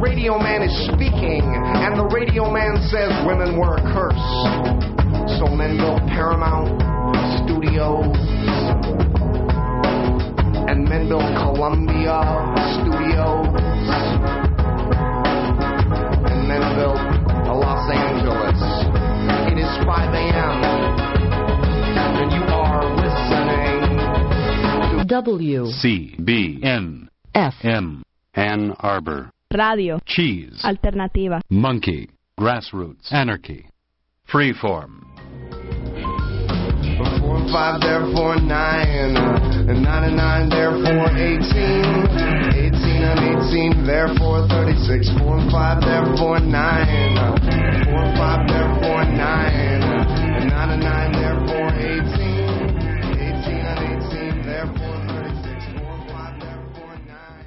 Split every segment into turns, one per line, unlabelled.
radio man is speaking, and the radio man says women were a curse. So men built Paramount Studios, and men built Columbia Studios, and men built Los Angeles. It is 5 a.m., and you are listening.
W
CBN.
F
M. Ann Arbor.
Radio
Cheese.
Alternativa.
Monkey. Grassroots. Anarchy. Freeform.
Four and five, therefore nine. And nine and nine, therefore eighteen. Eighteen and eighteen, therefore thirty-six. Four and five, therefore nine. Four and five, therefore nine. And nine and nine, therefore eighteen. Eighteen and eighteen, therefore thirty-six. Four and five, therefore nine.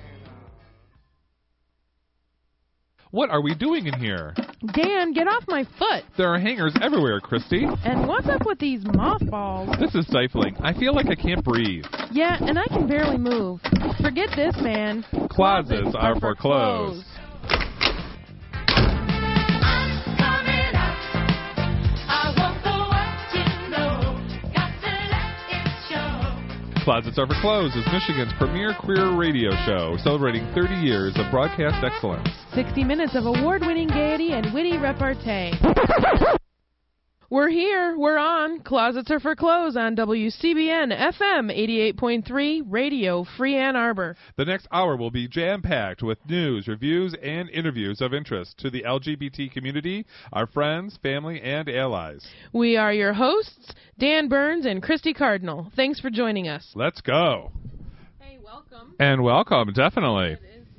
What are we doing in here?
Dan, get off my foot.
There are hangers everywhere, Christy.
And what's up with these mothballs?
This is stifling. I feel like I can't breathe.
Yeah, and I can barely move. Forget this, man.
Closets are for clothes. Closets Are for Clothes is Michigan's premier queer radio show, celebrating 30 years of broadcast excellence.
60 minutes of award winning gaiety and witty repartee. We're here. We're on. Closets are for clothes on WCBN FM 88.3 Radio Free Ann Arbor.
The next hour will be jam packed with news, reviews, and interviews of interest to the LGBT community, our friends, family, and allies.
We are your hosts, Dan Burns and Christy Cardinal. Thanks for joining us.
Let's go.
Hey, welcome.
And welcome, definitely.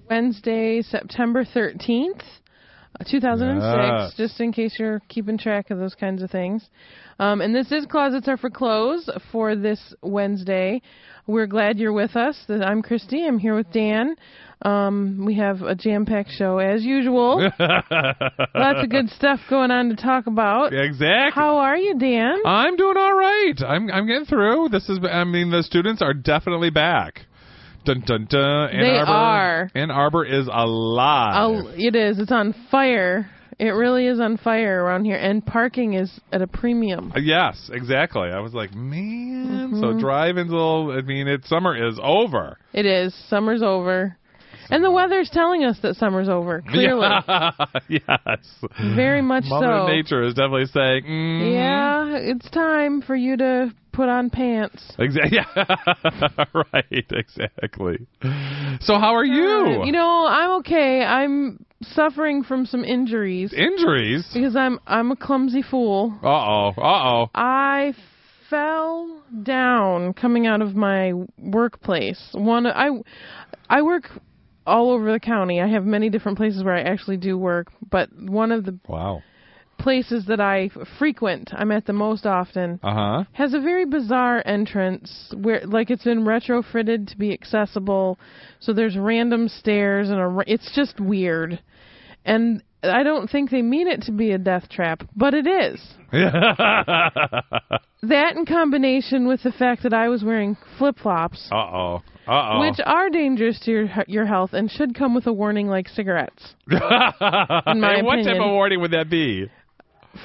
Wednesday, September 13th, uh, 2006,
Yes.
just in case you're keeping track of those kinds of things. Um, and this is Closets Are for Clothes for this Wednesday. We're glad you're with us. Th- I'm Christy. I'm here with Dan. Um, we have a jam packed show as usual. Lots of good stuff going on to talk about.
Exactly.
How are you, Dan?
I'm doing all right. I'm I'm getting through. This is I mean the students are definitely back. Dun dun dun. Ann
They
Arbor,
are.
Ann Arbor is alive.
Oh, it is. It's on fire. It really is on fire around here, and parking is at a premium.
Yes, exactly. I was like, man.
Mm-hmm.
So driving's a little. I mean, it's summer is over.
It is. Summer's over. And the weather's telling us that summer's over. Clearly.
yes.
Very much
Mother
so.
Nature is definitely saying. Mm,
Yeah, it's time for you to put on pants.
Exactly. Yeah. right. Exactly. So how are you?
You know, I'm okay. I'm suffering from some injuries
Injuries.
because I'm I'm a clumsy fool.
Uh oh. Uh oh.
I fell down coming out of my workplace. One I I work all over the county. I have many different places where I actually do work, but one of the
Wow.
places that I frequent, I'm at the most often,
Uh huh.
has a very bizarre entrance where, like, it's been retrofitted to be accessible. So there's random stairs and a. ra- It's just weird, and I don't think they mean it to be a death trap, but it is. That in combination with the fact that I was wearing flip flops,
Uh oh. Uh oh.
which are dangerous to your your health and should come with a warning, like cigarettes. in my
and what type
opinion.
of warning would that be?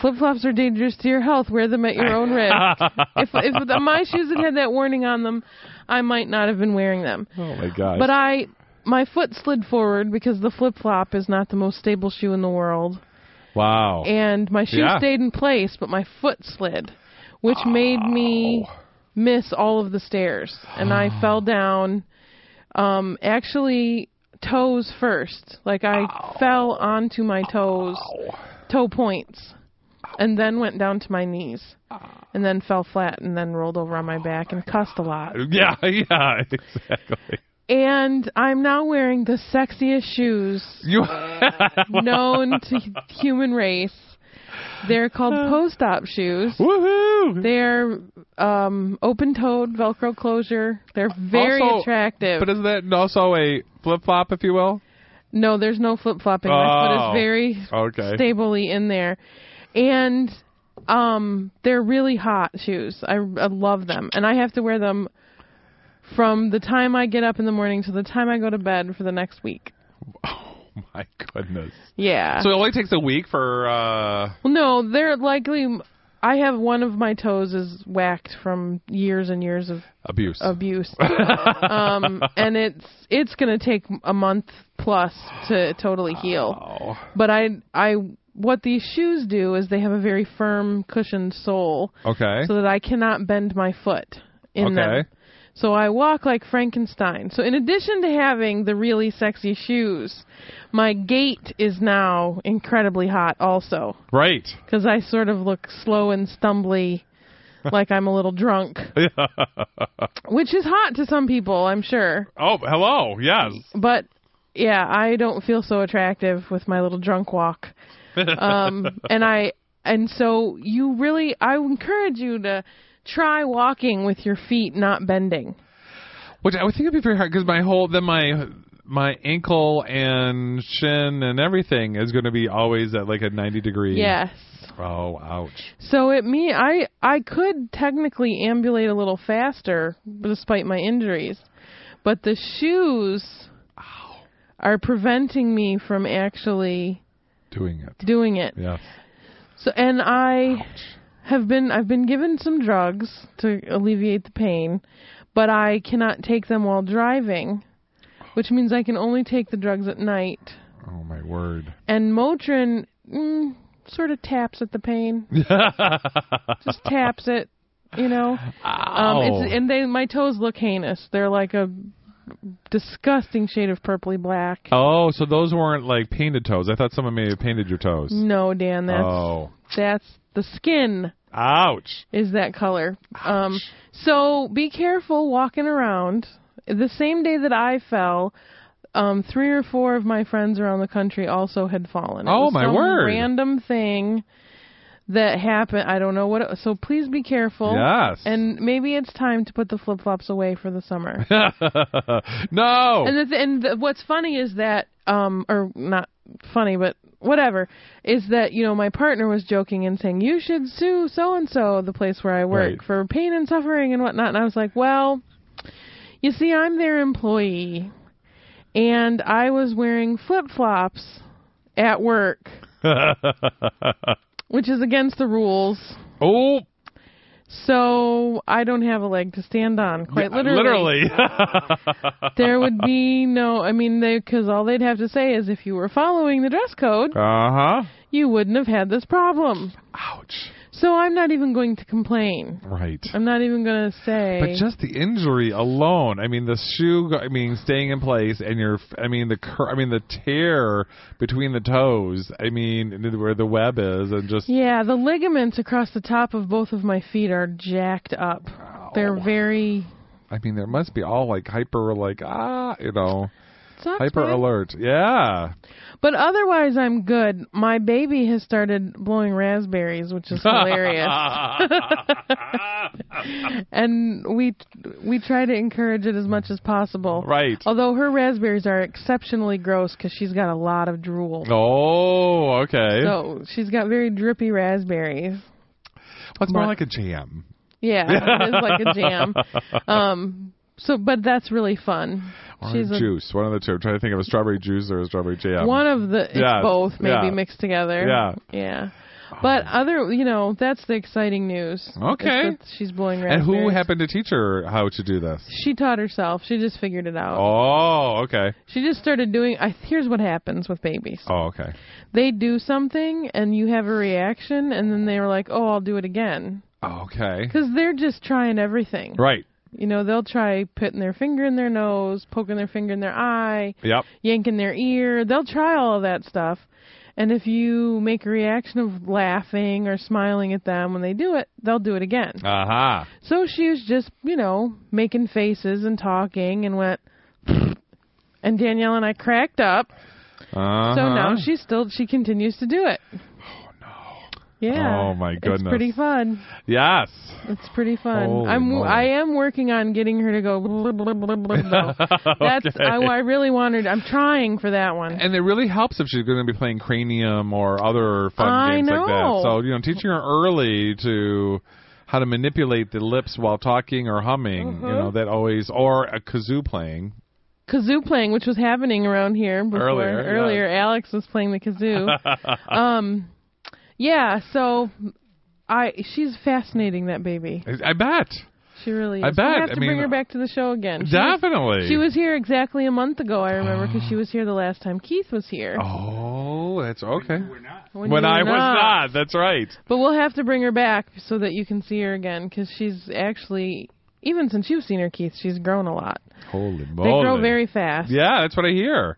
Flip flops are dangerous to your health. Wear them at your own risk. if if the, my shoes had had that warning on them, I might not have been wearing them.
Oh my gosh.
But I, my foot slid forward because the flip flop is not the most stable shoe in the world,
wow.
and my shoe
Yeah.
stayed in place, but my foot slid, which made me miss all of the stairs, and I fell down. Um, actually, toes first. Like I fell onto my toes, toe points, and then went down to my knees, and then fell flat, and then rolled over on my back and cussed a lot.
yeah. Yeah. Exactly.
And I'm now wearing the sexiest shoes
You.
known to h- human race. They're called post-op shoes.
Woohoo.
They're
Mm-hmm.
um, open-toed, Velcro closure. They're very
Also-
attractive.
But isn't that also a flip flop, if you will?
no, there's no flip-flopping. My foot
Oh,
is very
okay.
stably in there, and um, they're really hot shoes. I, I love them, and I have to wear them from the time I get up in the morning to the time I go to bed for the next week.
Oh, my goodness.
Yeah.
So it only takes a week for. uh
Well, no, they're likely. I have one of my toes is whacked from years and years of
Abuse.
abuse, um, and it's it's gonna take a month plus to totally heal.
oh.
But I I what these shoes do is they have a very firm cushioned sole,
Okay.
so that I cannot bend my foot in them.
Okay.
So I walk like Frankenstein. So in addition to having the really sexy shoes, my gait is now incredibly hot also
Right.
because I sort of look slow and stumbly, like I'm a little drunk, which is hot to some people, I'm sure.
Oh, hello. Yes.
But yeah, I don't feel so attractive with my little drunk walk. Um, and I and so you really, I encourage you to try walking with your feet not bending.
Which I would think it'd be very hard because my whole then my my ankle and shin and everything is going to be always at like a ninety degree.
Yes.
Oh, ouch.
So it me I I could technically ambulate a little faster despite my injuries, but the shoes are preventing me from actually
Doing it.
doing it.
Yes.
So and I have been I've been given some drugs to alleviate the pain, but I cannot take them while driving, which means I can only take the drugs at night.
Oh my word.
And Motrin mm, sort of taps at the pain. Just taps it, you know. Um,
Ow.
it's, and they my toes look heinous. They're like a disgusting shade of purpley black.
oh, so those weren't like painted toes. I thought someone may have painted your toes.
No, Dan, that's
Oh.
that's the skin
Ouch.
is that color. Um, so be careful walking around. The same day that I fell, um, three or four of my friends around the country also had fallen. It
Oh,
was
my
some
word.
Random thing that happened. I don't know what. It, so please be careful.
Yes.
And maybe it's time to put the flip flops away for the summer.
no.
And the th- and the, what's funny is that um or not funny but whatever is that you know my partner was joking and saying you should sue so and so the place where I work
Right.
for pain and suffering and whatnot and I was like well you see I'm their employee and I was wearing flip flops at work which is against the rules
oh,
so I don't have a leg to stand on quite
literally.
there would be no i mean they because all they'd have to say is if you were following the dress code
uh huh.
you wouldn't have had this problem
Ouch.
so i'm not even going to complain
Right.
i'm not even going to say
But just the injury alone. I mean, the shoe. I mean, staying in place, and your. I mean, the. Cur- I mean, the tear between the toes. I mean, where the web is, and just.
yeah the ligaments across the top of both of my feet are jacked up they're very
I mean, there must be all like hyper, like ah, you know,
Sucks,
hyper
man.
alert. Yeah.
but otherwise i'm good my baby has started blowing raspberries which is hilarious and we we try to encourage it as much as possible
right.
Although her raspberries are exceptionally gross because she's got a lot of drool.
Oh, okay.
So she's got very drippy raspberries.
Well, it's more
But-
like a jam.
Yeah, it's like a jam. Um, so, but that's really fun.
Orange
she's a,
juice. One of the two. I'm trying to think of a strawberry juice or a strawberry jam.
one of the it's
Yes,
both maybe
yeah.
mixed together.
Yeah. Oh.
yeah. But other, you know, that's the exciting news. is
Okay.
that she's blowing
and
raspberries.
who happened to teach her how to do this?
She taught herself. She just figured it out.
Oh, okay.
She just started doing. I, here's what happens with babies.
Oh, okay.
they do something and you have a reaction and then they were like oh i'll do it again
Okay.
because they're just trying everything
Right.
you know they'll try putting their finger in their nose poking their finger in their eye
Yep.
yanking their ear they'll try all of that stuff and if you make a reaction of laughing or smiling at them when they do it they'll do it again
Aha.
so she was just you know making faces and talking and went and danielle and i cracked up
Uh-huh.
so now she still she continues to do it. Oh no. Yeah.
Oh, my
It's
goodness.
pretty fun.
Yes.
It's pretty fun.
Holy
I'm
moly.
I am working on getting her to go blah, blah, blah, blah, blah. That's I, I really want her to, I'm trying for that one.
And it really helps if she's going to be playing Cranium or other fun
I
games like that.
know.
So, you know, teaching her early to how to
Mm-hmm.
manipulate the lips while talking or humming, you know, that always, or a kazoo playing.
kazoo playing, which was happening around here before,
Earlier, yeah.
earlier, Alex was playing the kazoo. um, yeah. So I, she's fascinating that baby.
I I bet.
She really is.
I bet.
We have to
I mean,
bring her back to the show again. She was-
Definitely.
she was here exactly a month ago. I remember because she was here the last time Keith was here.
Oh, that's okay.
when,
When,
you
I
were
was not, that's right.
But we'll have to bring her back so that you can see her again because she's actually, even since you've seen her, Keith, she's grown a lot.
Holy
They
moly!
grow very fast.
Yeah, that's what I hear.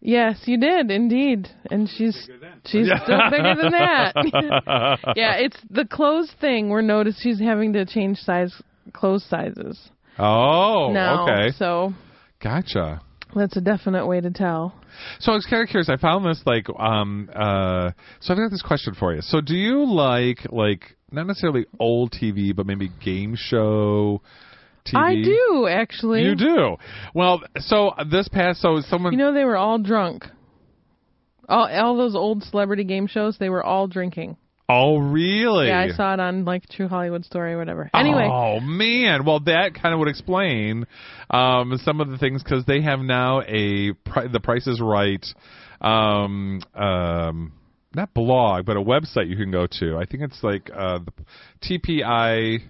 Yes, you did indeed, and she's she's still bigger than that. yeah, it's the clothes thing. We're noticed she's having to change size clothes sizes
Oh,
now.
okay.
So
Gotcha.
that's a definite way to tell.
So I was kind of curious. I found this like um uh. So I've got this question for you. So do you like like not necessarily old TV, but maybe game show TV?
I do actually.
You do. Well, so this past so someone
You know they were all drunk. All all those old celebrity game shows, they were all drinking.
Oh, really?
Yeah, I saw it on like True Hollywood Story or whatever. Anyway,
Oh man, well that kind of would explain um, some of the things because they have now a pri- the Price is Right, um, um, not blog but a website you can go to. I think it's like uh, the TPI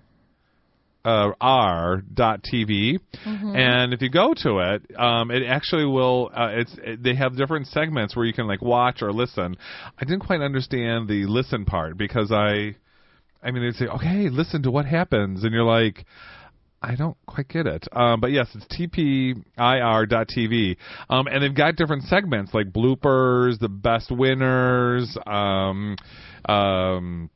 uh, r dot tv and if you go to it um it actually will uh, it's it, they have different segments where you can like watch or listen i didn't quite understand the listen part because i i mean they'd say okay listen to what happens and you're like I don't quite get it. Um, but yes, it's tpir.tv. Um, and they've got different segments like bloopers, the best winners, um, um,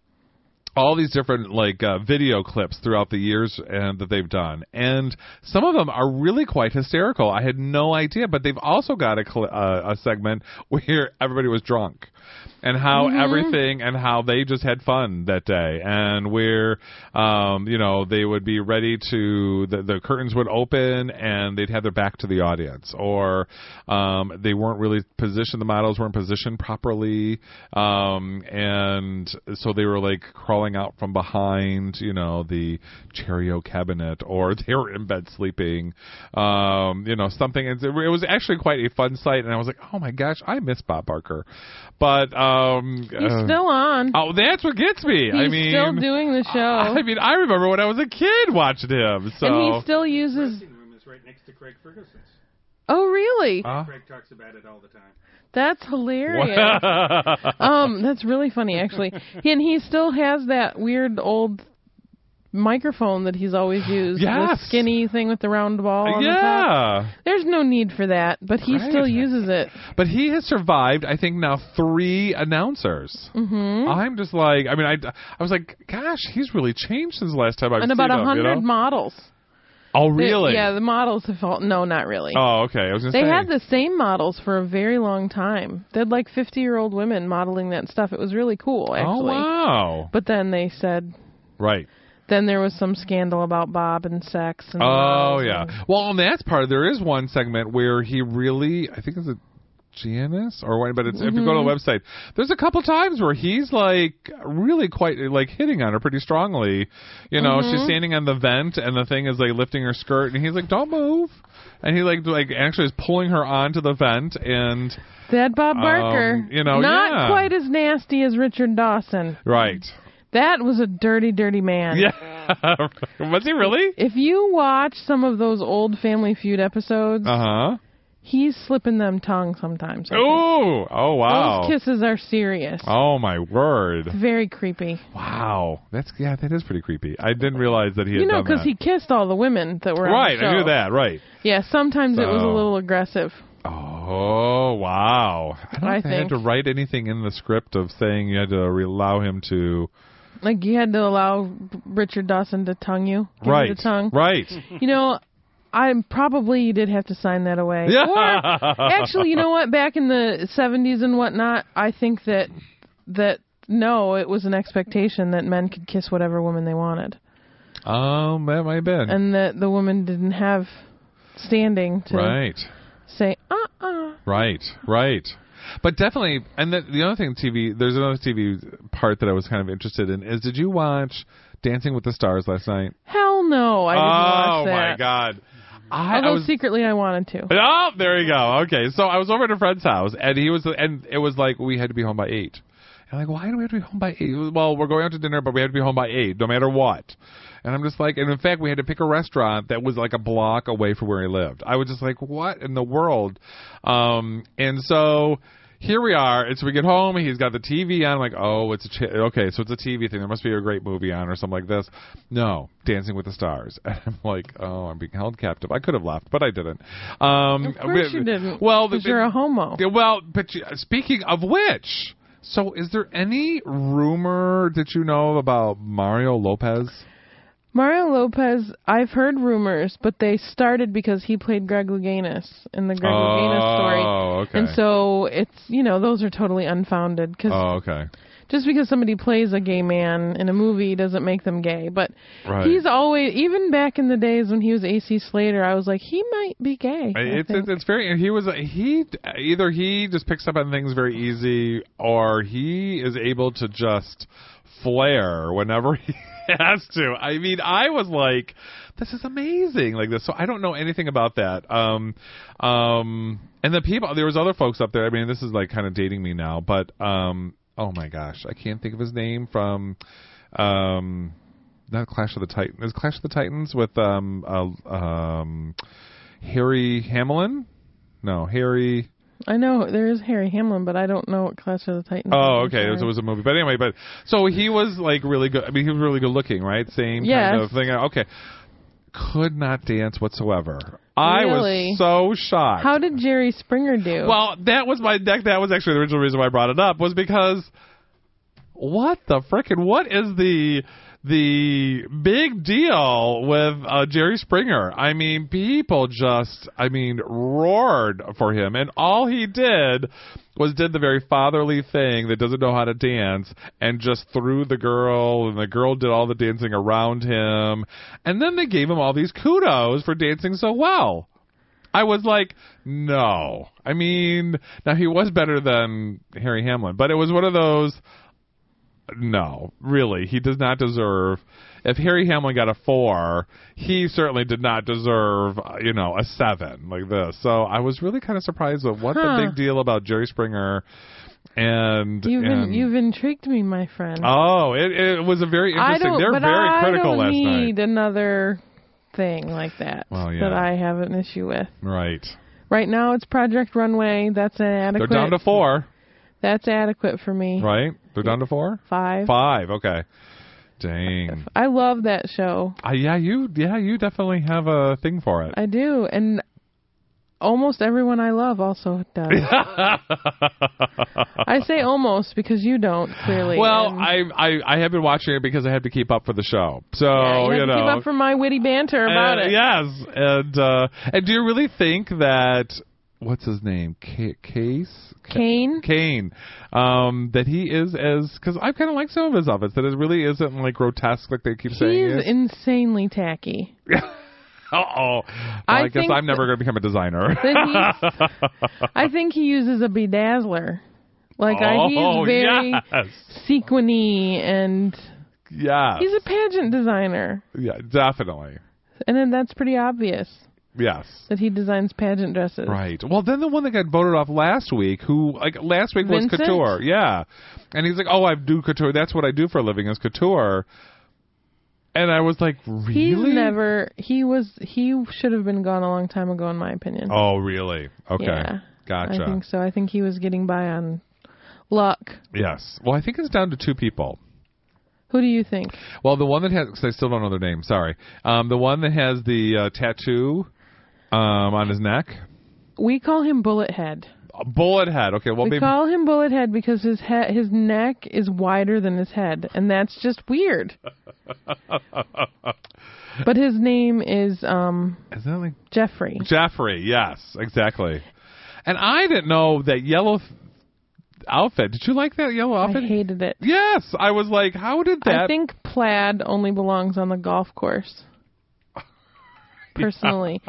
all these different like uh, video clips throughout the years and that they've done, and some of them are really quite hysterical. I had no idea, but they've also got a cl- uh, a segment where everybody was drunk, and how everything and how they just had fun that day, and where um, you know they would be ready to the, the curtains would open and they'd have their back to the audience, or um, they weren't really positioned. The models weren't positioned properly, um, and so they were like crawling out from behind, you know, the Cheerio cabinet, or they were in bed sleeping, um, you know, something. It, it was actually quite a fun sight, and I was like, oh my gosh, I miss Bob Barker, but um,
he's
uh,
still on.
oh, that's what gets me.
he's
I mean.
still doing the show,
I mean, I remember when I was a kid watching him. So,
and he still uses.
room is right next to Craig Ferguson's.
Oh, really?
Huh?
Craig talks about it all the time.
That's hilarious. um, that's really funny actually. He, and he still has that weird old microphone that he's always used. The
Yes.
skinny thing with the round ball. on the top.
yeah,
There's no need for that, but he
Right.
still uses it.
but he has survived. I think now three announcers. Mm-hmm. I'm just like, I mean, I, I was like, gosh, he's really changed since the last time I've
And
seen
about
him.
a hundred
You know?
models.
oh,
They-
really?
yeah, the models have all. No, not really.
Oh, okay. I was gonna
They
say.
had the same models for a very long time. They had like 50 year old women modeling that stuff. It was really cool,
Oh
actually.
wow!
But then they said,
Right.
then there was some scandal about Bob and sex. And
Oh
models
yeah.
and-
Well, and that's part. There is one segment where he really, I think it's a Giannis or what, but it's if you go to the website, there's a couple times where he's like really quite like hitting on her pretty strongly. You know, she's standing on the vent and the thing is like lifting her skirt, and he's like, "Don't move," and he like like actually is pulling her onto the vent, and
That Bob Barker.
Um, you know,
not
yeah.
quite as nasty as Richard Dawson.
right,
That was a dirty, dirty man.
yeah, was he really?
If you watch some of those old Family Feud episodes,
Uh huh.
he's slipping them tongue sometimes. I think.
Oh, oh wow.
Those kisses are serious.
Oh my word.
Very creepy.
Wow, that's yeah, that is pretty creepy. I didn't realize that he had
You know,
done
because
that.
he kissed all the women that were
right,
On the show.
I knew that. Right.
Yeah, sometimes it was a
So-
little aggressive.
Oh wow! I don't
I
think they had
think.
to write anything in the script of saying you had to re- allow him to
Like you had to allow Richard Dawson to tongue you, give you
right,
the tongue.
right.
You know, I probably you did have to sign that away. Or actually, you know what? Back in the seventies and whatnot, I think that that no, it was an expectation that men could kiss whatever woman they wanted,
um, that might have been
and that the woman didn't have standing to
right,
say uh uh
right, right. But definitely, and the, the other thing, TV. There's another TV part that I was kind of interested in. Is did you watch Dancing with the Stars last night?
Hell no! I didn't
oh
watch
my
that.
god! I, I
Although
was
secretly I wanted to.
Oh, there you go. Okay, so I was over at a friend's house, and he was, and it was like we had to be home by eight. And I'm like, why do we have to be home by eight? Well, we're going out to dinner, but we have to be home by eight, no matter what. And I'm just like, and in fact, we had to pick a restaurant that was like a block away from where he lived. I was just like, what in the world? Um, and so here we are. And so we get home. He's got the TV on. I'm like, oh, it's a ch- okay. So it's a TV thing. There must be a great movie on or something like this. No, Dancing with the Stars. And I'm like, oh, I'm being held captive. I could have left, but I didn't. Um,
Of course
but-
you didn't.
Well,
because
the-
you're a homo.
yeah, well, but you, speaking of which, so is there any rumor that you know about Mario Lopez?
Mario Lopez, I've heard rumors, but they started because he played Greg Louganis in the Greg Louganis story.
Oh, okay.
And so it's, you know, those are totally unfounded because
Oh, okay.
just because somebody plays a gay man in a movie doesn't make them gay. But
Right.
he's always, even back in the days when he was AC Slater, I was like, he might be gay. I
It's
think.
it's, it's very he was he either he just picks up on things very easy or he is able to just flare whenever he has to. I mean, I was like, this is amazing, like this. So I don't know anything about that. Um, um, and the people there was other folks up there. I mean, this is like kind of dating me now, but um, oh my gosh, I can't think of his name from um. Not Clash of the Titans. Is Clash of the Titans with um uh, um Harry Hamlin? No, Harry.
I know there is Harry Hamlin, but I don't know what Clash of the Titans.
Oh,
is.
okay. It was, it was a movie, but anyway, but so he was like really good. I mean, he was really good looking, right? Same kind
Yes.
of thing. Okay, could not dance whatsoever. I
Really?
was so shocked.
How did Jerry Springer do?
Well, that was my that, that was actually the original reason why I brought it up was because what the frickin' what is the the big deal with uh, Jerry Springer? I mean, people just I mean roared for him, and all he did was did the very fatherly thing that doesn't know how to dance and just threw the girl and the girl did all the dancing around him and then they gave him all these kudos for dancing so well I was like, no. I mean, now he was better than Harry Hamlin, but it was one of those. No, really, he does not deserve. If Harry Hamlin got a four, he certainly did not deserve, uh, you know, a seven like this. So I was really kind of surprised at what
Huh.
the big deal about Jerry Springer and
you've
and-
in, you've intrigued me, my friend.
um, oh, it, it was a very
I
interesting.
don't.
They're
but
very
I
critical
don't
last
need
night,
another thing like that
Well, yeah.
that I have an issue with.
right?
Right now, it's Project Runway. That's
They're
inadequate.
down to four,
That's adequate for me.
right? They're down to four.
Five.
Five. Okay. Dang.
I love that show.
Uh, yeah, you. Yeah, you definitely have a thing for it.
I do, and almost everyone I love also does. I say almost because you don't clearly.
well,
and-
I, I I have been watching it because I had to keep up for the show. So
Yeah, you, have to
oh, know.
keep up for my witty banter about
Uh,
it.
Yes, and uh, and do you really think that what's his name, Ca Case
Kane.
Kane, um, that he is as because I kind of like some of his outfits that it really isn't like grotesque like they keep
He
saying.
is insanely tacky.
uh oh,
I
I, guess
think
I'm
that-
never going to become a designer.
That he's- I think he uses a bedazzler. Like I,
oh
he's very
yes.
sequiny and
Yeah.
he's a pageant designer.
yeah, definitely.
And then that's pretty obvious
Yes.
that he designs pageant dresses.
Right. Well, then the one that got voted off last week, who like last week was
Vincent?
couture, yeah, and he's like, "Oh, I do couture. That's what I do for a living is couture." And I was like,
He's
"Really?
never he was he should have been gone a long time ago in my opinion.
Oh, really? Okay,
Yeah.
gotcha.
I think so. I think he was getting by on luck.
Yes. Well, I think it's down to two people.
Who do you think?
Well, the one that has, because I still don't know their name. Sorry. Um, the one that has the uh, tattoo um, on his neck,
We call him Bullet Head.
Uh, bullet head. Okay. Well,
We
maybe
call him Bullet Head because his he- his neck is wider than his head, and that's just weird. but his name is um,
is that like
Jeffrey.
Jeffrey, yes, exactly. And I didn't know that yellow th- outfit. Did you like that yellow
I
outfit?
hated it.
yes, I was like, how did that?
I think plaid only belongs on the golf course. Personally,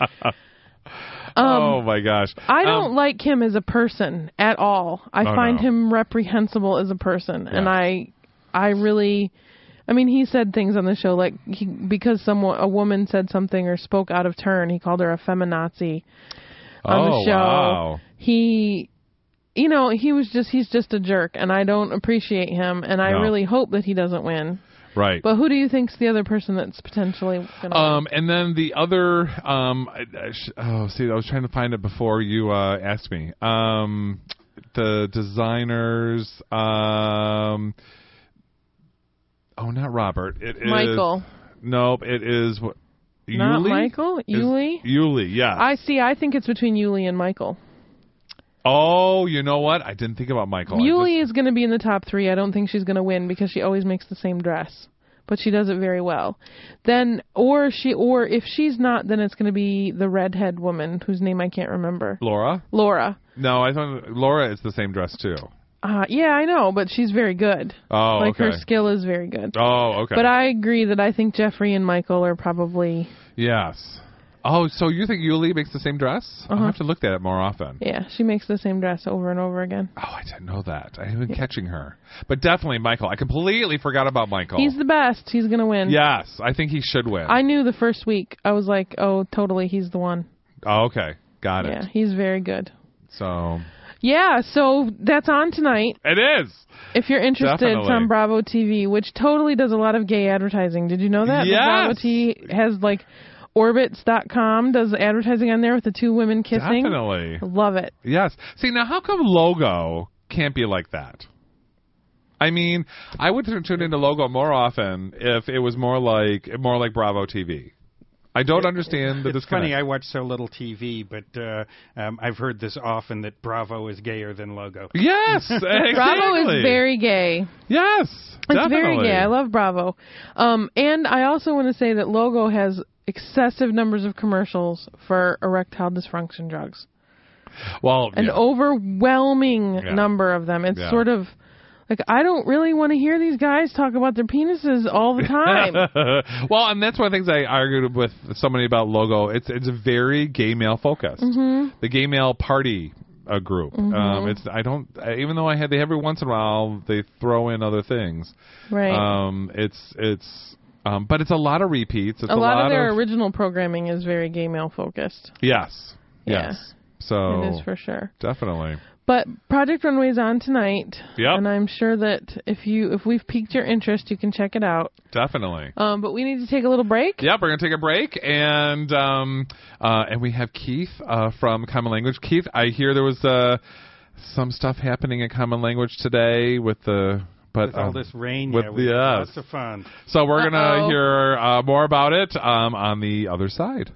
Um,
oh my gosh!
I don't
Um,
like him as a person at all. I
Oh,
find
no.
him reprehensible as a person, and
Yeah.
I, I really I mean, he said things on the show like he, because someone a woman said something or spoke out of turn, he called her a feminazi on
Oh,
the show.
wow.
He you know, he was just he's just a jerk and I don't appreciate him and I
No.
really hope that he doesn't win.
Right.
But who do you think's the other person that's potentially going to
Um, and then the other, um, I, I sh- oh, see, I was trying to find it before you uh, asked me. Um, the designers, um, oh, not Robert. It is
Michael.
Nope, it is what.
Not
Yuli?
Michael?
Is-
Yuli?
Yuli, yeah.
I see. I think it's between Yuli and Michael.
oh, you know what? I didn't think about Michael. Oh, I
Yuli is going to be in the top three. I don't think she's going to win because she always makes the same dress, but she does it very well. Then, or she, or if she's not, then it's going to be the redhead woman whose name I can't remember,
just- Laura?
Laura.
No, I thought Laura is the same dress too.
Uh, yeah, I know, but she's very good.
Oh,
like
okay.
her skill is very good.
Oh, okay.
But I agree that I think Jeffrey and Michael are probably
yes. Oh, so you think Yuli makes the same dress?
Uh-huh.
I'll have to look at it more often.
yeah. She makes the same dress over and over again.
Oh, I didn't know that. I haven't been catching her. But definitely Michael. I completely forgot about Michael.
He's the best. He's gonna win.
yes, I think he should win.
I knew the first week. I was like, oh, totally, he's the one.
oh, okay. Got
Yeah,
it.
he's very good.
So
Yeah, so that's on tonight.
it is.
If you're interested, it's
Definitely.
on Bravo TV, which totally does a lot of gay advertising. Did you know that? The
Yes.
Bravo TV has like orbits.com does advertising on there with the two women kissing.
Definitely.
Love it.
Yes. See now how come logo can't be like that? I mean, I would t- tune into logo more often if it was more like more like Bravo TV. I don't understand the
it's
disconnect.
funny. I watch so little TV, but uh, um, I've heard this often that Bravo is gayer than Logo.
yes, exactly.
Bravo is very gay.
yes.
It's
definitely.
very gay. I love Bravo. Um, and I also want to say that Logo has excessive numbers of commercials for erectile dysfunction drugs.
well,
an
yeah.
overwhelming
Yeah.
number of them. It's
Yeah.
sort of like I don't really want to hear these guys talk about their penises all the time.
well, and that's one of the things I argued with somebody about logo. It's it's very gay male focused.
Mm-hmm.
The gay male party uh, group. Um, it's I don't I- even though I had they every once in a while they throw in other things.
right.
Um, it's it's um, but it's a lot of repeats. It's
a
a,
lot of their original programming is very gay male focused.
yes
Yeah.
yes. Oh. So
It is for sure.
definitely
But Project Runway's on tonight.
Yep.
And I'm sure that if you if we've piqued your interest, you can check it out.
definitely.
Um, but we need to take a little break.
Yep, we're gonna take a break, and um, uh, and we have Keith uh, from Common Language. Keith, I hear there was uh, some stuff happening in Common Language today with the but
With all
um,
this rain,
with
yeah,
the-
we
yes.
lots of fun.
So we're gonna
Uh-oh.
hear uh, more about it um, on the other side.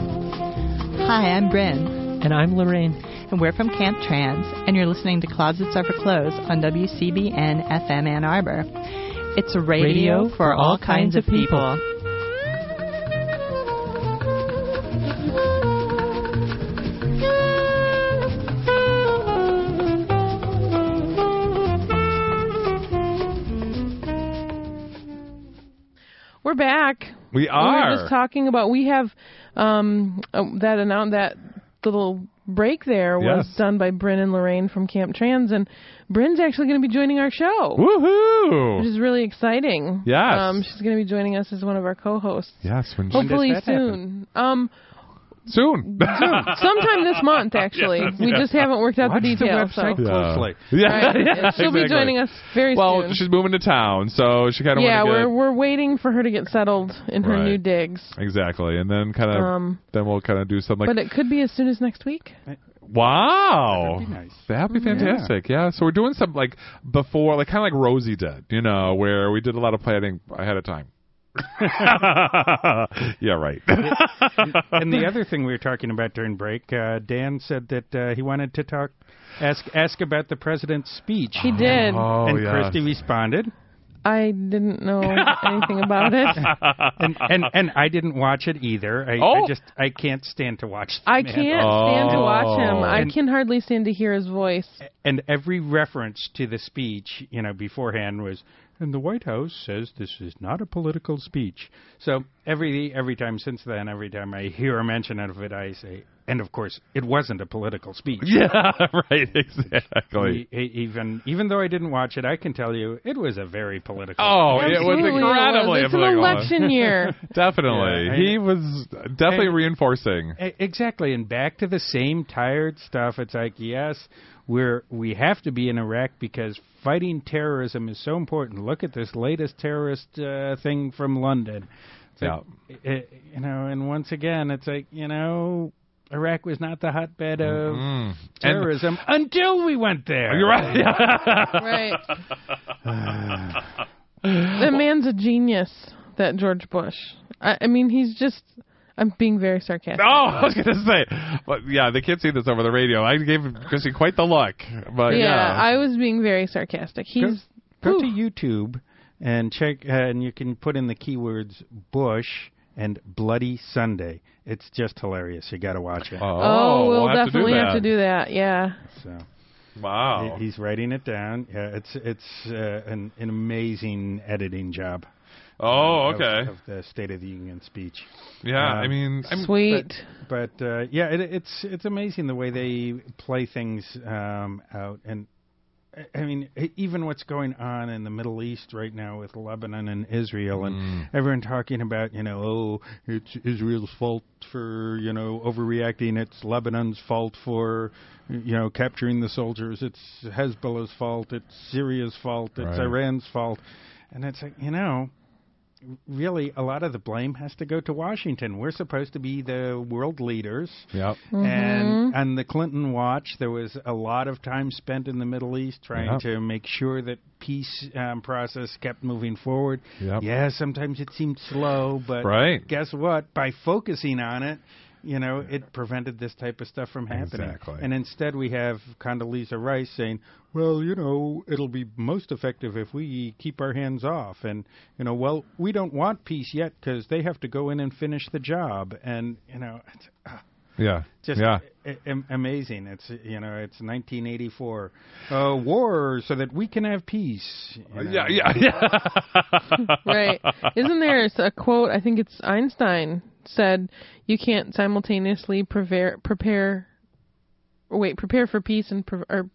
Hi, I'm Bryn. And I'm Lorraine. And we're from Camp Trans, and you're listening to Closets Are for Clothes on WCBN FM Ann Arbor. It's a radio, for all kinds of people.
We're back.
We
We
are
were just talking about we have um, um, that announce that little break there was
Yes.
done by Bryn and Lorraine from Camp Trans, and Bryn's actually going to be joining our show, which
woohoo.
is really exciting.
Yes.
um, she's going to be joining us as one of our co-hosts.
Yes, when
does
Hopefully
that
soon. Um,
soon.
sometime this month, actually. we just haven't worked out
Watch
the
the
details.
website
so.
closely.
Yeah,
Right.
yeah,
She'll
exactly.
be joining us very
Well,
soon.
she's moving to town, so she kind of
yeah,
want to
we're
get
we're waiting for her to get settled in her
Right.
new digs,
exactly, and then kind of
Um,
then we'll kind of do something. Like,
but it could be as soon as next week.
Wow.
That'd be nice.
That'd be fantastic. Yeah. So we're doing some like before, like kind of like Rosie did, you know, where we did a lot of planning ahead of time. yeah, right.
and the other thing we were talking about during break, uh, Dan said that uh, he wanted to talk, ask ask about the president's speech.
He did.
Oh,
and
yes.
Christy responded,
I didn't know anything about it.
and, and and I didn't watch it either. I,
Oh.
I just I can't stand to watch. the
I
man.
can't stand to watch him.
Oh.
I
And-
can hardly stand to hear his voice.
and every reference to the speech, you know, beforehand was, and the White House says this is not a political speech. So every every time since then, every time I hear a mention of it, I say, and of course, it wasn't a political speech.
yeah, right. Exactly.
E- e- even even though I didn't watch it, I can tell you it was a very political.
Oh, it was
Absolutely
incredibly
It's an
political.
election year.
Definitely,
Yeah, I-
he was definitely
And-
reinforcing.
E- Exactly, and back to the same tired stuff. It's like, yes, we're we have to be in Iraq because fighting terrorism is so important. Look at this latest terrorist uh, thing from London. It's like, eh, you know, and once again, it's like you know, Iraq was not the hotbed of terrorism until we went there.
Mm-hmm. You're right.
right. the man's a genius, that George Bush. I, I mean, he's just. I'm being very sarcastic.
Oh, I was gonna say, but yeah, they can't see this over the radio. I gave Chrissy quite the look, but
yeah,
yeah,
I was being very sarcastic. He's.
Go to
Whew.
YouTube and check, uh, and you can put in the keywords Bush and Bloody Sunday. It's just hilarious. You got to watch it.
oh,
oh, we'll,
have to do
definitely
that.
have to do that. Yeah.
So.
Wow,
He- He's writing it down. Yeah, it's it's uh, an an amazing editing job. Uh,
oh,
of-
okay,
Of, the State of the Union speech, Um,
yeah. I mean, I'm,
Sweet.
but uh, yeah, it, it's it's amazing the way they play things um, out, and I- I mean e- even what's going on in the Middle East right now with Lebanon and Israel, and everyone talking about you know oh it's Israel's fault for you know overreacting, it's Lebanon's fault for you know capturing the soldiers, it's Hezbollah's fault, it's Syria's fault, it's
Right.
Iran's fault, and it's like you know really a lot of the blame has to go to Washington. We're supposed to be the world leaders.
yep.
And on the Clinton watch, there was a lot of time spent in the Middle East trying
Yep.
to make sure that peace um, process kept moving forward.
Yep.
Yeah, sometimes it seemed slow, but
Right.
guess what? By focusing on it, you know, it prevented this type of stuff from happening.
Exactly.
And instead, we have Condoleezza Rice saying, "Well, you know, it'll be most effective if we keep our hands off." And you know, well, we don't want peace yet because they have to go in and finish the job. And you know, it's uh,
Yeah.
just
yeah.
a- a- amazing. It's you know, it's 1984, uh, war so that we can have peace. you know.
Uh, Yeah, yeah, yeah.
right. Isn't there a quote? I think it's Einstein said, "You can't simultaneously prepare, prepare, or wait, prepare for peace and pre- or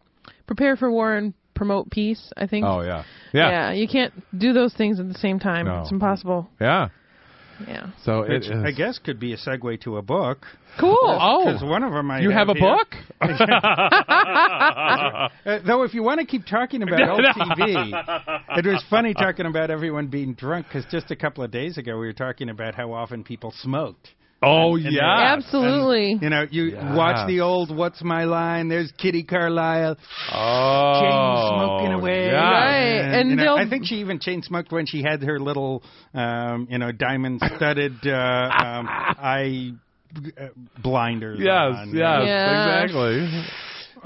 prepare for war and promote peace." I think.
Oh, yeah. Yeah. Yeah.
You can't do those things at the same time.
No.
It's impossible. Yeah.
So it
Which
is.
I guess could be a segue to a book.
Cool.
Because
Oh,
one of them I
you have a
here.
book?
Uh, though, if you want to keep talking about old TV, it was funny talking about everyone being drunk because just a couple of days ago we were talking about how often people smoked.
Oh,
and-
yeah.
Absolutely.
You know, you
Yeah.
watch the old "What's My Line." There's Kitty Carlisle
Oh,
chain smoking away.
yeah.
Right. and
you know,
they'll-
I think she even chain smoked when she had her little, um, you know, diamond studded uh, um, eye uh, blinders.
Yes,
on,
yes,
you know.
Yeah.
exactly.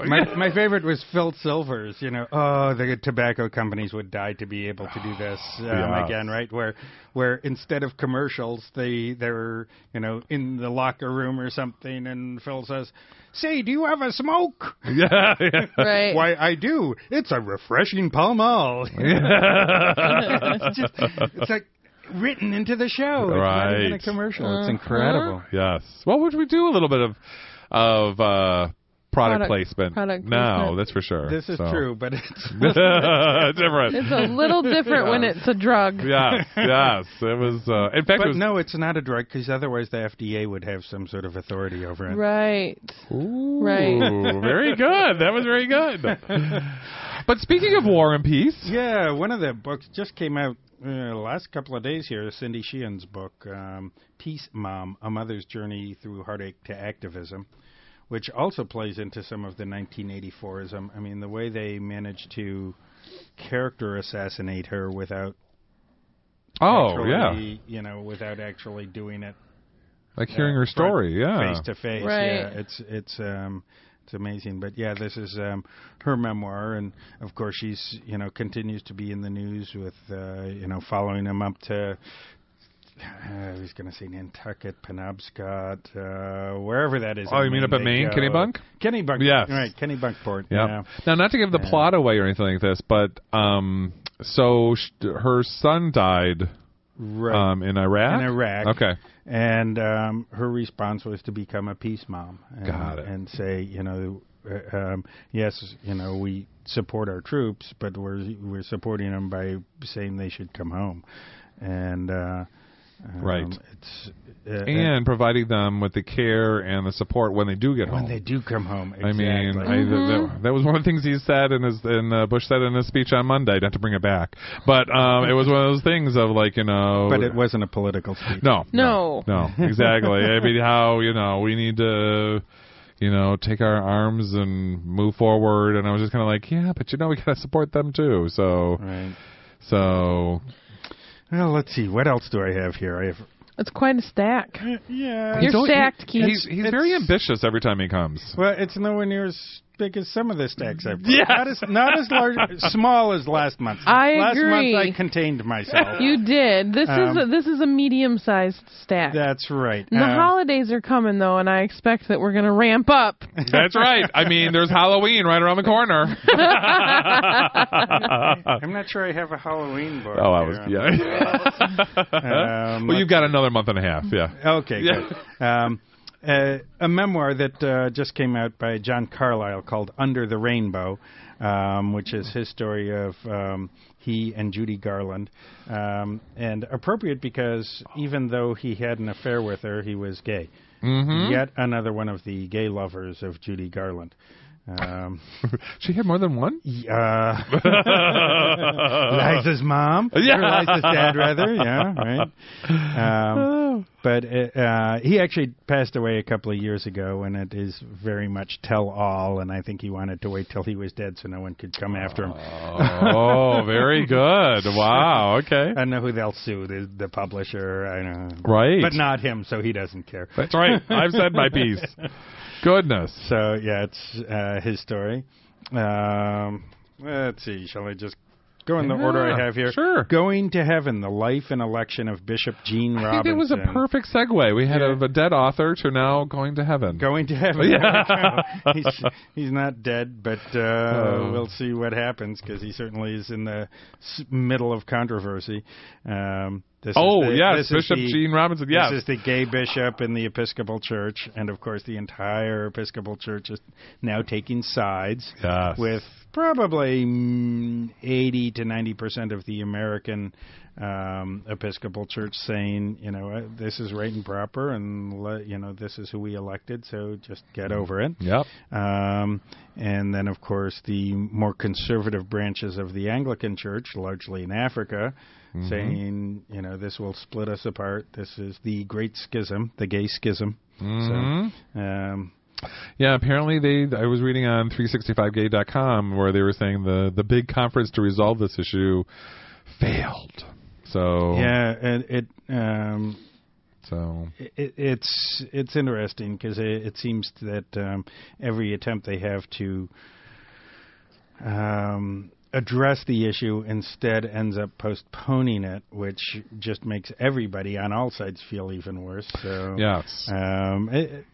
My my favorite was Phil Silvers. You know, oh, the tobacco companies would die to be able to do this um,
Yeah.
again, right? Where where instead of commercials, they they're you know in the locker room or something, and Phil says, "Say, do you have a smoke?"
Yeah, yeah.
Right.
Why I do. It's a refreshing Pall Mall. it's, just, it's like written into the show. It's not even a
Right.
commercial. It's incredible.
Yes. Well, would we do a little bit of of uh, product,
Product-
placement?
product
now,
placement.
that's for sure.
This is
So-
true, but it's
Different.
It's a little different when it's a drug.
yes, yes. It was. Uh, in fact, it
but
was.
no, it's not a drug because otherwise the FDA would have some sort of authority over it.
Right. Right.
Ooh, very good. That was very good. But speaking of war and peace,
Yeah, one of the books just came out uh, last couple of days here. Cindy Sheehan's book, um, Peace Mom: A Mother's Journey Through Heartache to Activism, which also plays into some of the 1984ism. I mean, the way they managed to character assassinate her without
Oh,
actually, you know, without actually doing it
Like hearing her story, yeah.
face to face.
Right.
Yeah, it's it's um it's amazing. But yeah, this is um her memoir, and of course she's you know continues to be in the news with uh, you know following him up to. I was going to say Nantucket, Penobscot, uh, wherever that is.
Oh,
in
you mean up in
they
Maine,
go.
Kennebunk?
Kennebunk,
Yes.
right, Kennebunkport.
Yep.
Yeah,
Now, not to give the
Yeah.
plot away or anything like this, but um, so sh- her son died
right.
um in Iraq.
In Iraq.
Okay.
And um, her response was to become a peace mom. And,
Got it.
And say, you know, uh, um, yes, you know, we support our troops, but we're we're supporting them by saying they should come home. And uh, um,
Right.
It's uh,
And providing them with the care and the support when they do get home.
when they do come home. Exactly.
I mean, I, that, that was one of the things he said in his in uh, Bush said in his speech on Monday. Not to bring it back, but um, it was one of those things of like you know.
but it wasn't a political speech.
no,
No.
no, exactly. I mean, how you know we need to, you know, take our arms and move forward. And I was just kind of like, yeah, but you know, we gotta support them too. So,
Right.
so
Well, let's see. What else do I have here? I have.
It's quite a stack.
Yeah.
You're
Don't-
stacked, Keith.
he's he's very ambitious every time he comes.
Well, it's nowhere near as big as some of the stacks I've yeah. Not as not as large, small as last month.
I
last
agree.
month I contained myself.
You did. This
Um,
is a, this is a medium-sized stack.
That's right.
And the
Um,
holidays are coming though, and I expect that we're going to ramp up.
That's right. I mean, there's Halloween right around the corner.
I'm not sure I have a Halloween book.
Oh, I was
here.
yeah.
Um,
well, you've got another month and a half. Yeah.
Okay.
Yeah.
Good. Um, uh, a memoir that uh, just came out by John Carlyle called Under the Rainbow, um, which is his story of um, he and Judy Garland. Um, and appropriate because even though he had an affair with her, he was gay. Yet another one of the gay lovers of Judy Garland. Um,
She had more than one.
y- uh, Liza's mom.
Yeah.
Or Liza's dad, rather. Yeah, right. Um, but uh, uh, he actually passed away a couple of years ago, and it is very much tell all, and I think he wanted to wait till he was dead so no one could come after him.
Oh, very good. Wow. Okay.
I don't know who they'll sue, the, the publisher, I don't know.
Right.
But not him, so he doesn't care.
That's right. I've said my piece. Goodness.
So yeah, it's uh, his story. Um, let's see. Shall I just go in the order I
Yeah,
have here?
sure.
Going to heaven: the life and election of Bishop Gene
I think
Robinson.
it was a perfect segue. We had a, a dead author to now going to heaven.
Going to heaven. he's, he's not dead, but uh,
Oh.
we'll see what happens because he certainly is in the s- middle of controversy. Um, this
Oh,
is the,
yes,
this is
Bishop
the-
Gene Robinson, yes.
This is the gay bishop in the Episcopal Church, and of course, the entire Episcopal Church is now taking sides
Yes.
with probably mm, 80 to 90 percent of the American um, Episcopal Church saying, you know, uh, this is right and proper, and le- you know, this is who we elected, so just get over it.
Yep.
Um, and then, of course, the more conservative branches of the Anglican Church, largely in Africa, saying, you know, this will split us apart. This is the Great Schism, the Gay Schism. So, um,
Yeah, apparently they. I was reading on 365gay.com where they were saying the the big conference to resolve this issue failed. So
yeah, and it. Um,
So
it, it's it's interesting because it, it seems that um, every attempt they have to um, address the issue instead ends up postponing it, which just makes everybody on all sides feel even worse. So
yes.
um, it, it-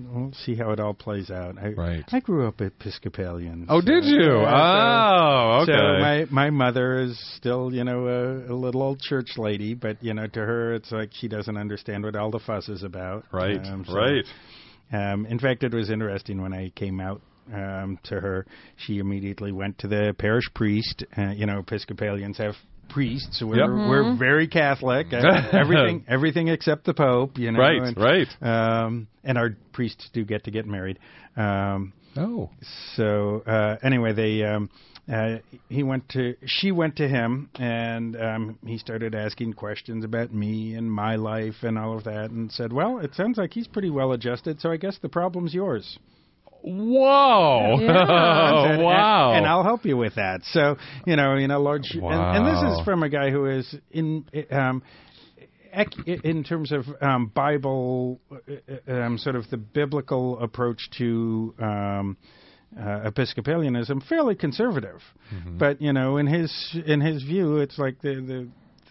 we'll see how it all plays out. I,
Right.
I grew up Episcopalian.
Oh,
so-
did you?
Yeah, so-
Oh, okay.
so my my mother is still you know a, a little old church lady, but you know to her it's like she doesn't understand what all the fuss is about.
right,
Um, so,
right.
Um, in fact, it was interesting when I came out um, to her. She immediately went to the parish priest. Uh, you know, Episcopalians have priests. We're
Yep.
we're very Catholic. Uh, everything everything except the Pope. You know,
Right,
and,
right.
Um, and our priests do get to get married. Um,
Oh,
so uh, anyway, they um, uh, he went to she went to him, and um, he started asking questions about me and my life and all of that, and said, "Well, it sounds like he's pretty well adjusted, so I guess the problem's yours."
whoa,
Yeah.
wow,
And, and I'll help you with that. So you know, you know, large. And, and this
Wow.
is from a guy who is in um, ec- in terms of um, Bible, uh, um, sort of the biblical approach to. Um, uh, Episcopalianism fairly conservative,
Mm-hmm.
but you know, in his in his view, it's like the the,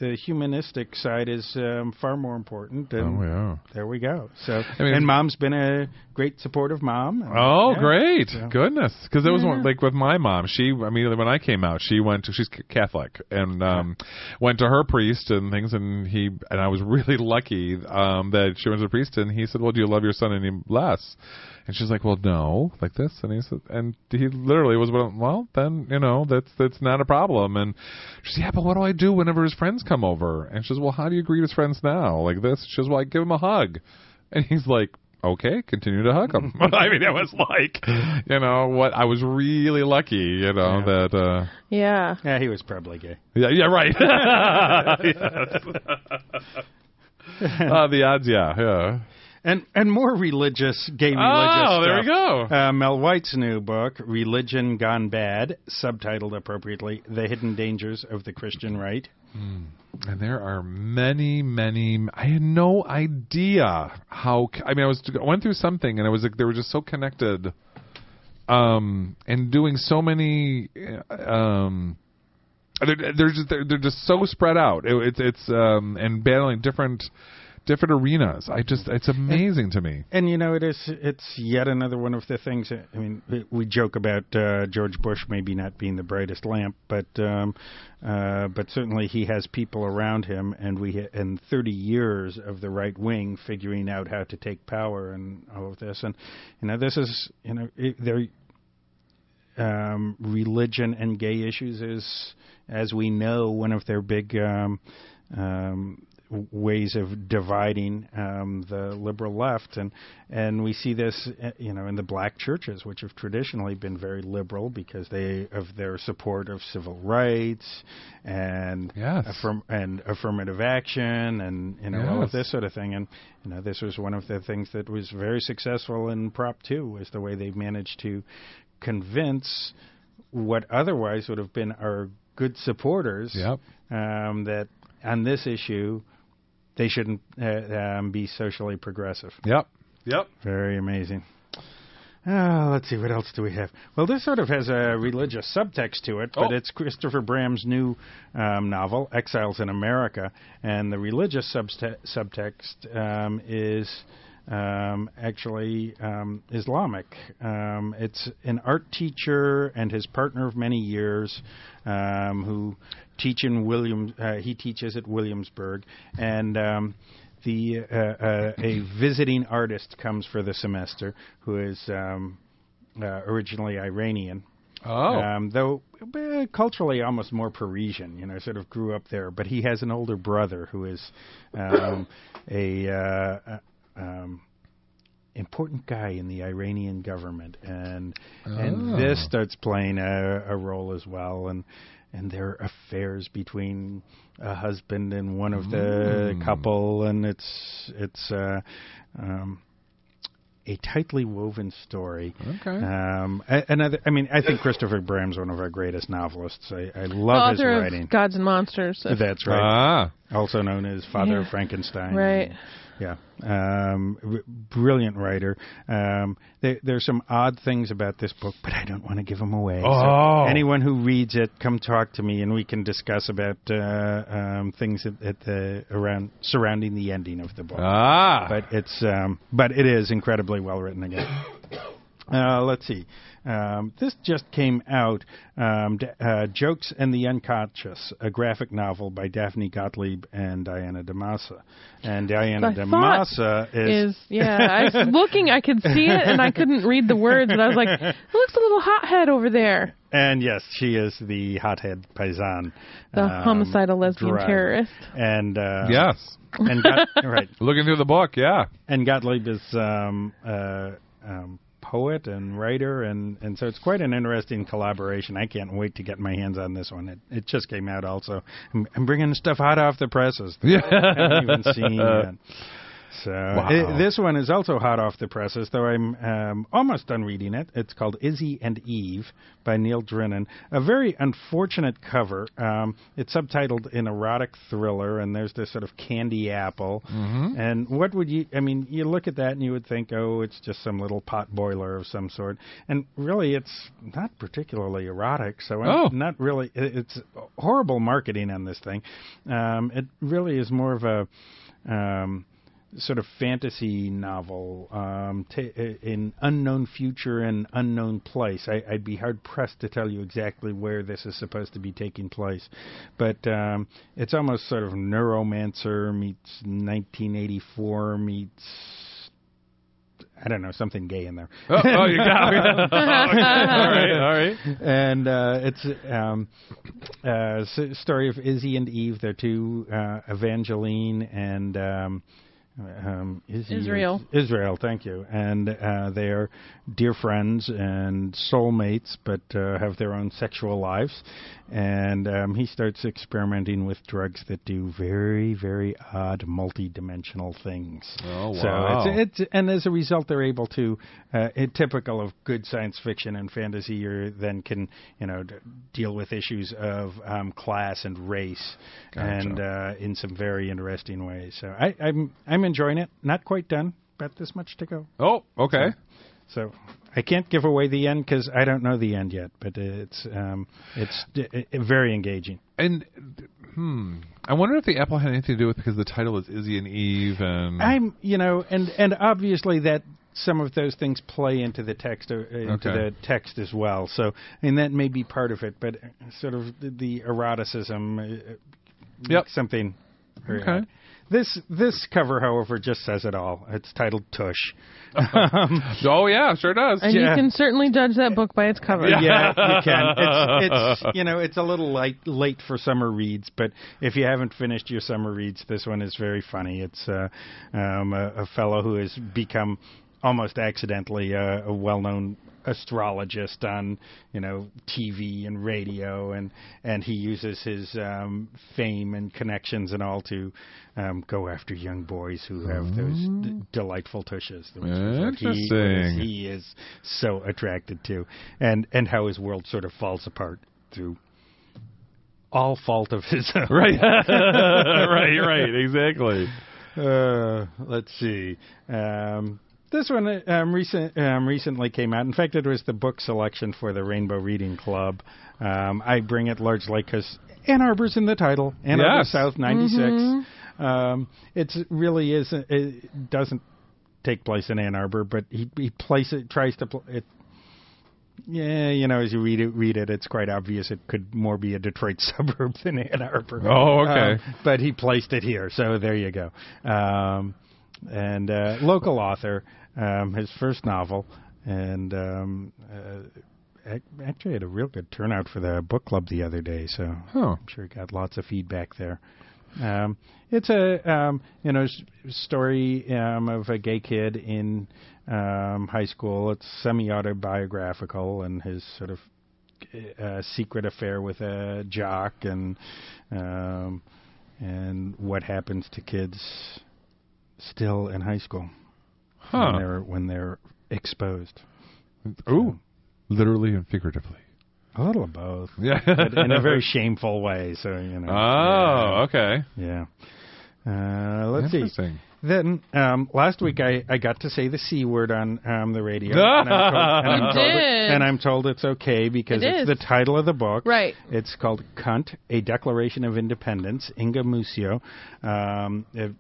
the humanistic side is um, far more important. And
Oh, yeah.
there we go. So,
mean-
and mom's been a great supportive mom. And,
Oh,
yeah.
great!
So-
Goodness, because there was one like with my mom. She, I mean, when I came out, she went. To, she's c- Catholic, and um, went to her priest and things. And he and I was really lucky um, that she went to the priest, and he said, "Well, do you love your son any less?" And she's like, "Well, no, like this." And he said, and he literally was, "Well, well, then you know that's that's not a problem." And she said, "Yeah, but what do I do whenever his friends come over?" And she says, "Well, how do you greet his friends now? Like this?" She says, "Well, I give him a hug," and he's like okay, continue to hug him. I mean, it was like, you know, what I was really lucky, you know,
Yeah.
that. uh
Yeah.
Yeah, he was probably gay.
Yeah, yeah, right. Yes. uh, the odds, yeah, yeah.
And and more religious, gay religious.
Oh, there we
stuff.
go.
Uh, Mel White's new book, Religion Gone Bad, subtitled appropriately, The Hidden Dangers of the Christian Right.
And there are many, many. I had no idea how. c- I mean, I was I went through something, and I was like, they were just so connected, um, and doing so many, uh, um, they're, they're just they're, they're just so spread out. It, it's it's um, and battling different different arenas. I just it's amazing to me.
And you know, it is it's yet another one of the things. that- I mean, we- we joke about uh, George Bush maybe not being the brightest lamp, but um, uh, but certainly he has people around him, and we ha- and 30 years of the right wing figuring out how to take power and all of this, and you know, this is you know, it, they're um, religion and gay issues is, as we know, one of their big um, um, w- ways of dividing um, the liberal left, and and we see this, uh, you know, in the black churches, which have traditionally been very liberal because they of their support of civil rights and
Yes.
affirm- and affirmative action and you know all
Yes.
of this sort of thing, and you know this was one of the things that was very successful in Prop Two was the way they managed to convince what otherwise would have been our good supporters
Yep.
um, that on this issue they shouldn't uh, um, be socially progressive.
Yep. Yep.
Very amazing. Uh, let's see, what else do we have? Well, this sort of has a religious subtext to it, but
Oh.
it's Christopher Bram's new um, novel, Exiles in America, and the religious subste- subtext um, is um, actually um, Islamic. Um, it's an art teacher and his partner of many years um, who teach in William. Uh, he teaches at Williamsburg, and um, the uh, uh, a visiting artist comes for the semester who is um, uh, originally Iranian.
Oh.
Um, though eh, culturally almost more Parisian, you know, sort of grew up there. But he has an older brother who is um, a uh, uh, um, important guy in the Iranian government, and
Ah.
and this starts playing a, a role as well, and and their affairs between a husband and one of the
Mm.
couple, and it's it's. Uh, um, a tightly woven story.
Okay.
Um, a- another. I mean, I think Christopher Bram's one of our greatest novelists. I, I love his
Author of
writing.
Gods and Monsters.
That's right.
Ah.
also known as Father of
Yeah.
Frankenstein.
Right.
Yeah. Um, r- brilliant writer. Um, there, there's some odd things about this book, but I don't want to give them away. So
Oh.
anyone who reads it, come talk to me, and we can discuss about uh, um, things at, at the around surrounding the ending of the book
Ah.
but it's um, but it is incredibly well written again. Uh, let's see. Um, this just came out. Um, D- uh, Jokes and the Unconscious, a graphic novel by Daphne Gottlieb and Diana DeMassa. And Diana
I thought
DeMassa
Is yeah, I was looking, I could see it, and I couldn't read the words, but I was like, it looks a little hothead over there,
And yes, she is the hothead paisan.
the
um,
homicidal lesbian
driver.
terrorist.
And uh,
yes.
and Got- right.
Looking through the book, yeah.
and Gottlieb is um, uh, um, poet and writer, and, and so it's quite an interesting collaboration. I can't wait to get my hands on this one. It, it just came out also. I'm, I'm bringing stuff hot off the presses. that I haven't even seen yet. So i- this one is also hot off the presses, though I'm um, almost done reading it. It's called Izzy and Eve by Neil Drennan. A very unfortunate cover. Um, it's subtitled an erotic thriller, and there's this sort of candy apple. And what would you? I mean, you look at that and you would think, oh, it's just some little pot boiler of some sort. And really, it's not particularly erotic. So I'm
Oh.
not really. i- It's horrible marketing on this thing. Um, it really is more of a um, sort of fantasy novel um, ta in unknown future and unknown place. I, I'd be hard pressed to tell you exactly where this is supposed to be taking place, but um, it's almost sort of Neuromancer meets 1984 meets. I don't know something gay in there,
Oh, oh, you got it. all right, all right.
and uh, it's um, uh, s- story of Izzy and Eve. They're two uh, Evangeline and um, um, Izzy is-
Israel.
Israel, thank you. And uh, they are dear friends and soulmates, but uh, have their own sexual lives. And um, he starts experimenting with drugs that do very, very odd, multi-dimensional things.
Oh, wow.
So it's, it's and as a result, they're able to, uh, it- typical of good science fiction and fantasy, you then can you know d- deal with issues of um, class and race, and uh, in some very interesting ways. So I, I'm I'm enjoying it. Not quite done. About this much to go.
Oh, okay.
So I can't give away the end because I don't know the end yet. But it's um, it's d- i- very engaging.
And hmm, I wonder if the apple had anything to do with because the title is Izzy and Eve, and
I'm, you know, and and obviously that some of those things play into the text uh, into
Okay.
the text as well. So, and that may be part of it, but uh, sort of the, the eroticism, uh, uh,
Yep.
something. very
Okay.
odd. This this cover, however, just says it all. It's titled Tush. Um,
oh yeah, sure does.
And
Yeah.
you can certainly judge that book by its cover.
yeah, you can. It's, it's you know it's a little light, late for summer reads, but if you haven't finished your summer reads, this one is very funny. It's uh, um, a, a fellow who has become almost accidentally uh, a well-known astrologist on you know TV and radio, and and he uses his um, fame and connections and all to um, go after young boys who have those d- delightful tushes. which is what he- what is
Interesting.
he he is so attracted to, and and how his world sort of falls apart through all fault of his own.
Right, right, right, exactly.
Uh, let's see. Um, this one uh, um, recent um, recently came out. In fact, it was the book selection for the Rainbow Reading Club. Um, I bring it largely because Ann Arbor's in the title. Ann Arbor
Yes. Mm-hmm.
South '96. Um, it's really is it doesn't take place in Ann Arbor, but he he place it tries to pl- it. Yeah, you know, as you read it, read it, it's quite obvious it could more be a Detroit suburb than Ann Arbor.
Oh, okay.
Um, but he placed it here, so there you go. Um, and uh, local author, um, his first novel, and um, uh, ac- actually had a real good turnout for the book club the other day. So
Huh.
I'm sure he got lots of feedback there. Um, it's a um, you know s- story um, of a gay kid in um, high school. It's semi autobiographical and his sort of uh, secret affair with a jock and um, and what happens to kids still in high school
Huh.
when they're when they're exposed.
Ooh, literally and figuratively.
A little of both,
Yeah.
but in a very shameful way. So you know.
Oh, okay.
Yeah. Uh, let's see.
Interesting.
Then um, last week I, I got to say the c word on um, the radio, and, I'm told, and, I'm
You
told it-
did.
and I'm told it's okay because
It
it's
is.
the title of the book.
Right.
It's called "Cunt: A Declaration of Independence." Inga Musio. Um, a-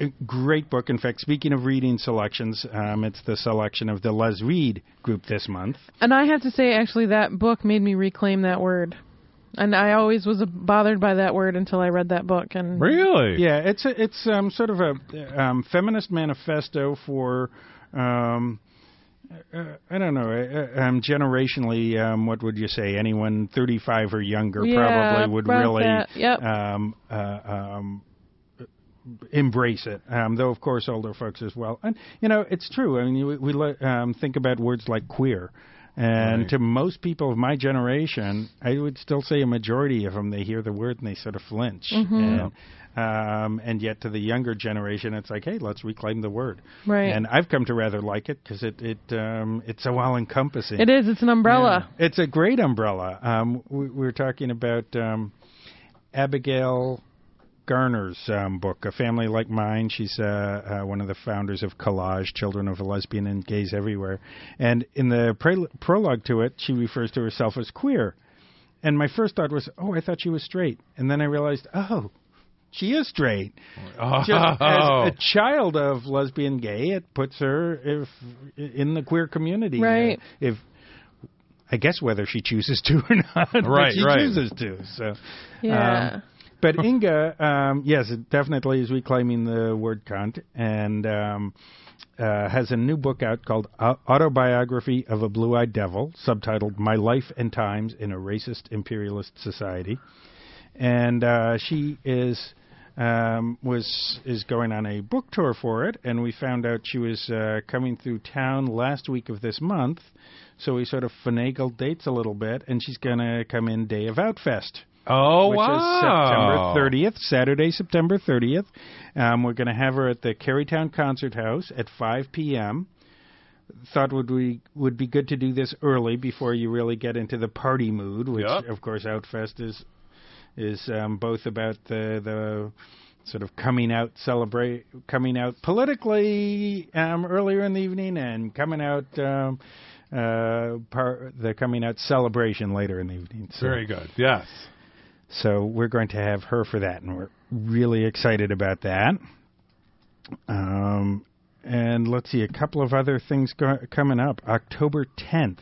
a Great book. In fact, speaking of reading selections, um, it's the selection of the Les Reed group this month.
And I have to say, actually, that book made me reclaim that word. And I always was bothered by that word until I read that book. And
Really?
Yeah, it's a, it's um, sort of a um, feminist manifesto for. Um, uh, I don't know. uh, Um, generationally, um, what would you say? Anyone 35 or younger
Yeah,
probably would
about
really
that. Yep.
um, uh, um, embrace it. Um, though, of course, older folks as well. And you know, it's true. I mean, we, we le- um, think about words like queer. And
Right.
to most people of my generation, I would still say a majority of them, they hear the word and they sort of flinch.
Mm-hmm.
And, um, and yet to the younger generation, it's like, hey, let's reclaim the word.
Right.
And I've come to rather like it because it, it um, it's so all encompassing.
It is. It's an umbrella.
Yeah. It's a great umbrella. Um, we, we were talking about um, Abigail Garner's um, book, A Family Like Mine. She's uh, uh, one of the founders of Collage, Children of Lesbian and Gays Everywhere. And in the pre- prologue to it, she refers to herself as queer. And my first thought was, oh, I thought she was straight. And then I realized, oh, she is straight. Just
Oh.
as a child of lesbian gay, it puts her if in the queer community. uh,
Right.
If I guess whether she chooses to or not, but
Right,
she
right.
chooses to. So,
Yeah.
um, but Inga, um, yes, it definitely is reclaiming the word cunt and um, uh, has a new book out called Au- Autobiography of a Blue Eyed Devil, subtitled My Life and Times in a Racist Imperialist Society. And uh, she is. Um, was is going on a book tour for it, and we found out she was uh, coming through town last week of this month, so we sort of finagled dates a little bit, and she's gonna come in day of Outfest
oh
which
wow.
is September 30th, Saturday, September 30th. Um, we're going to have her at the Carytown Concert House at 5 p.m. Thought would we would be good to do this early before you really get into the party mood, which
Yep.
of course Outfest is is um, both about the the sort of coming out celebrate coming out politically um, earlier in the evening and coming out um, uh, par- the coming out celebration later in the evening. So.
Very good. Yes.
So we're going to have her for that, and we're really excited about that. Um, and let's see, a couple of other things go- coming up. October 10th,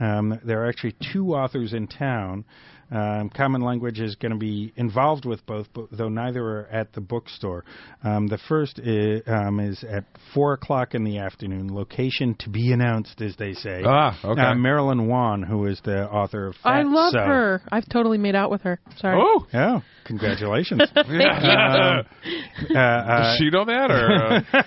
um, there are actually two authors in town. Um, Common Language is going to be involved with both, but, though neither are at the bookstore. Um, the first is, um, is at 4 o'clock in the afternoon, location to be announced, as they say.
Ah, okay.
Uh, Marilyn Wan, who is the author of
I
Fat
love
So.
her. I've totally made out with her. Sorry.
Oh.
Oh, congratulations.
Yeah.
Uh, uh,
Does she know that or? Uh,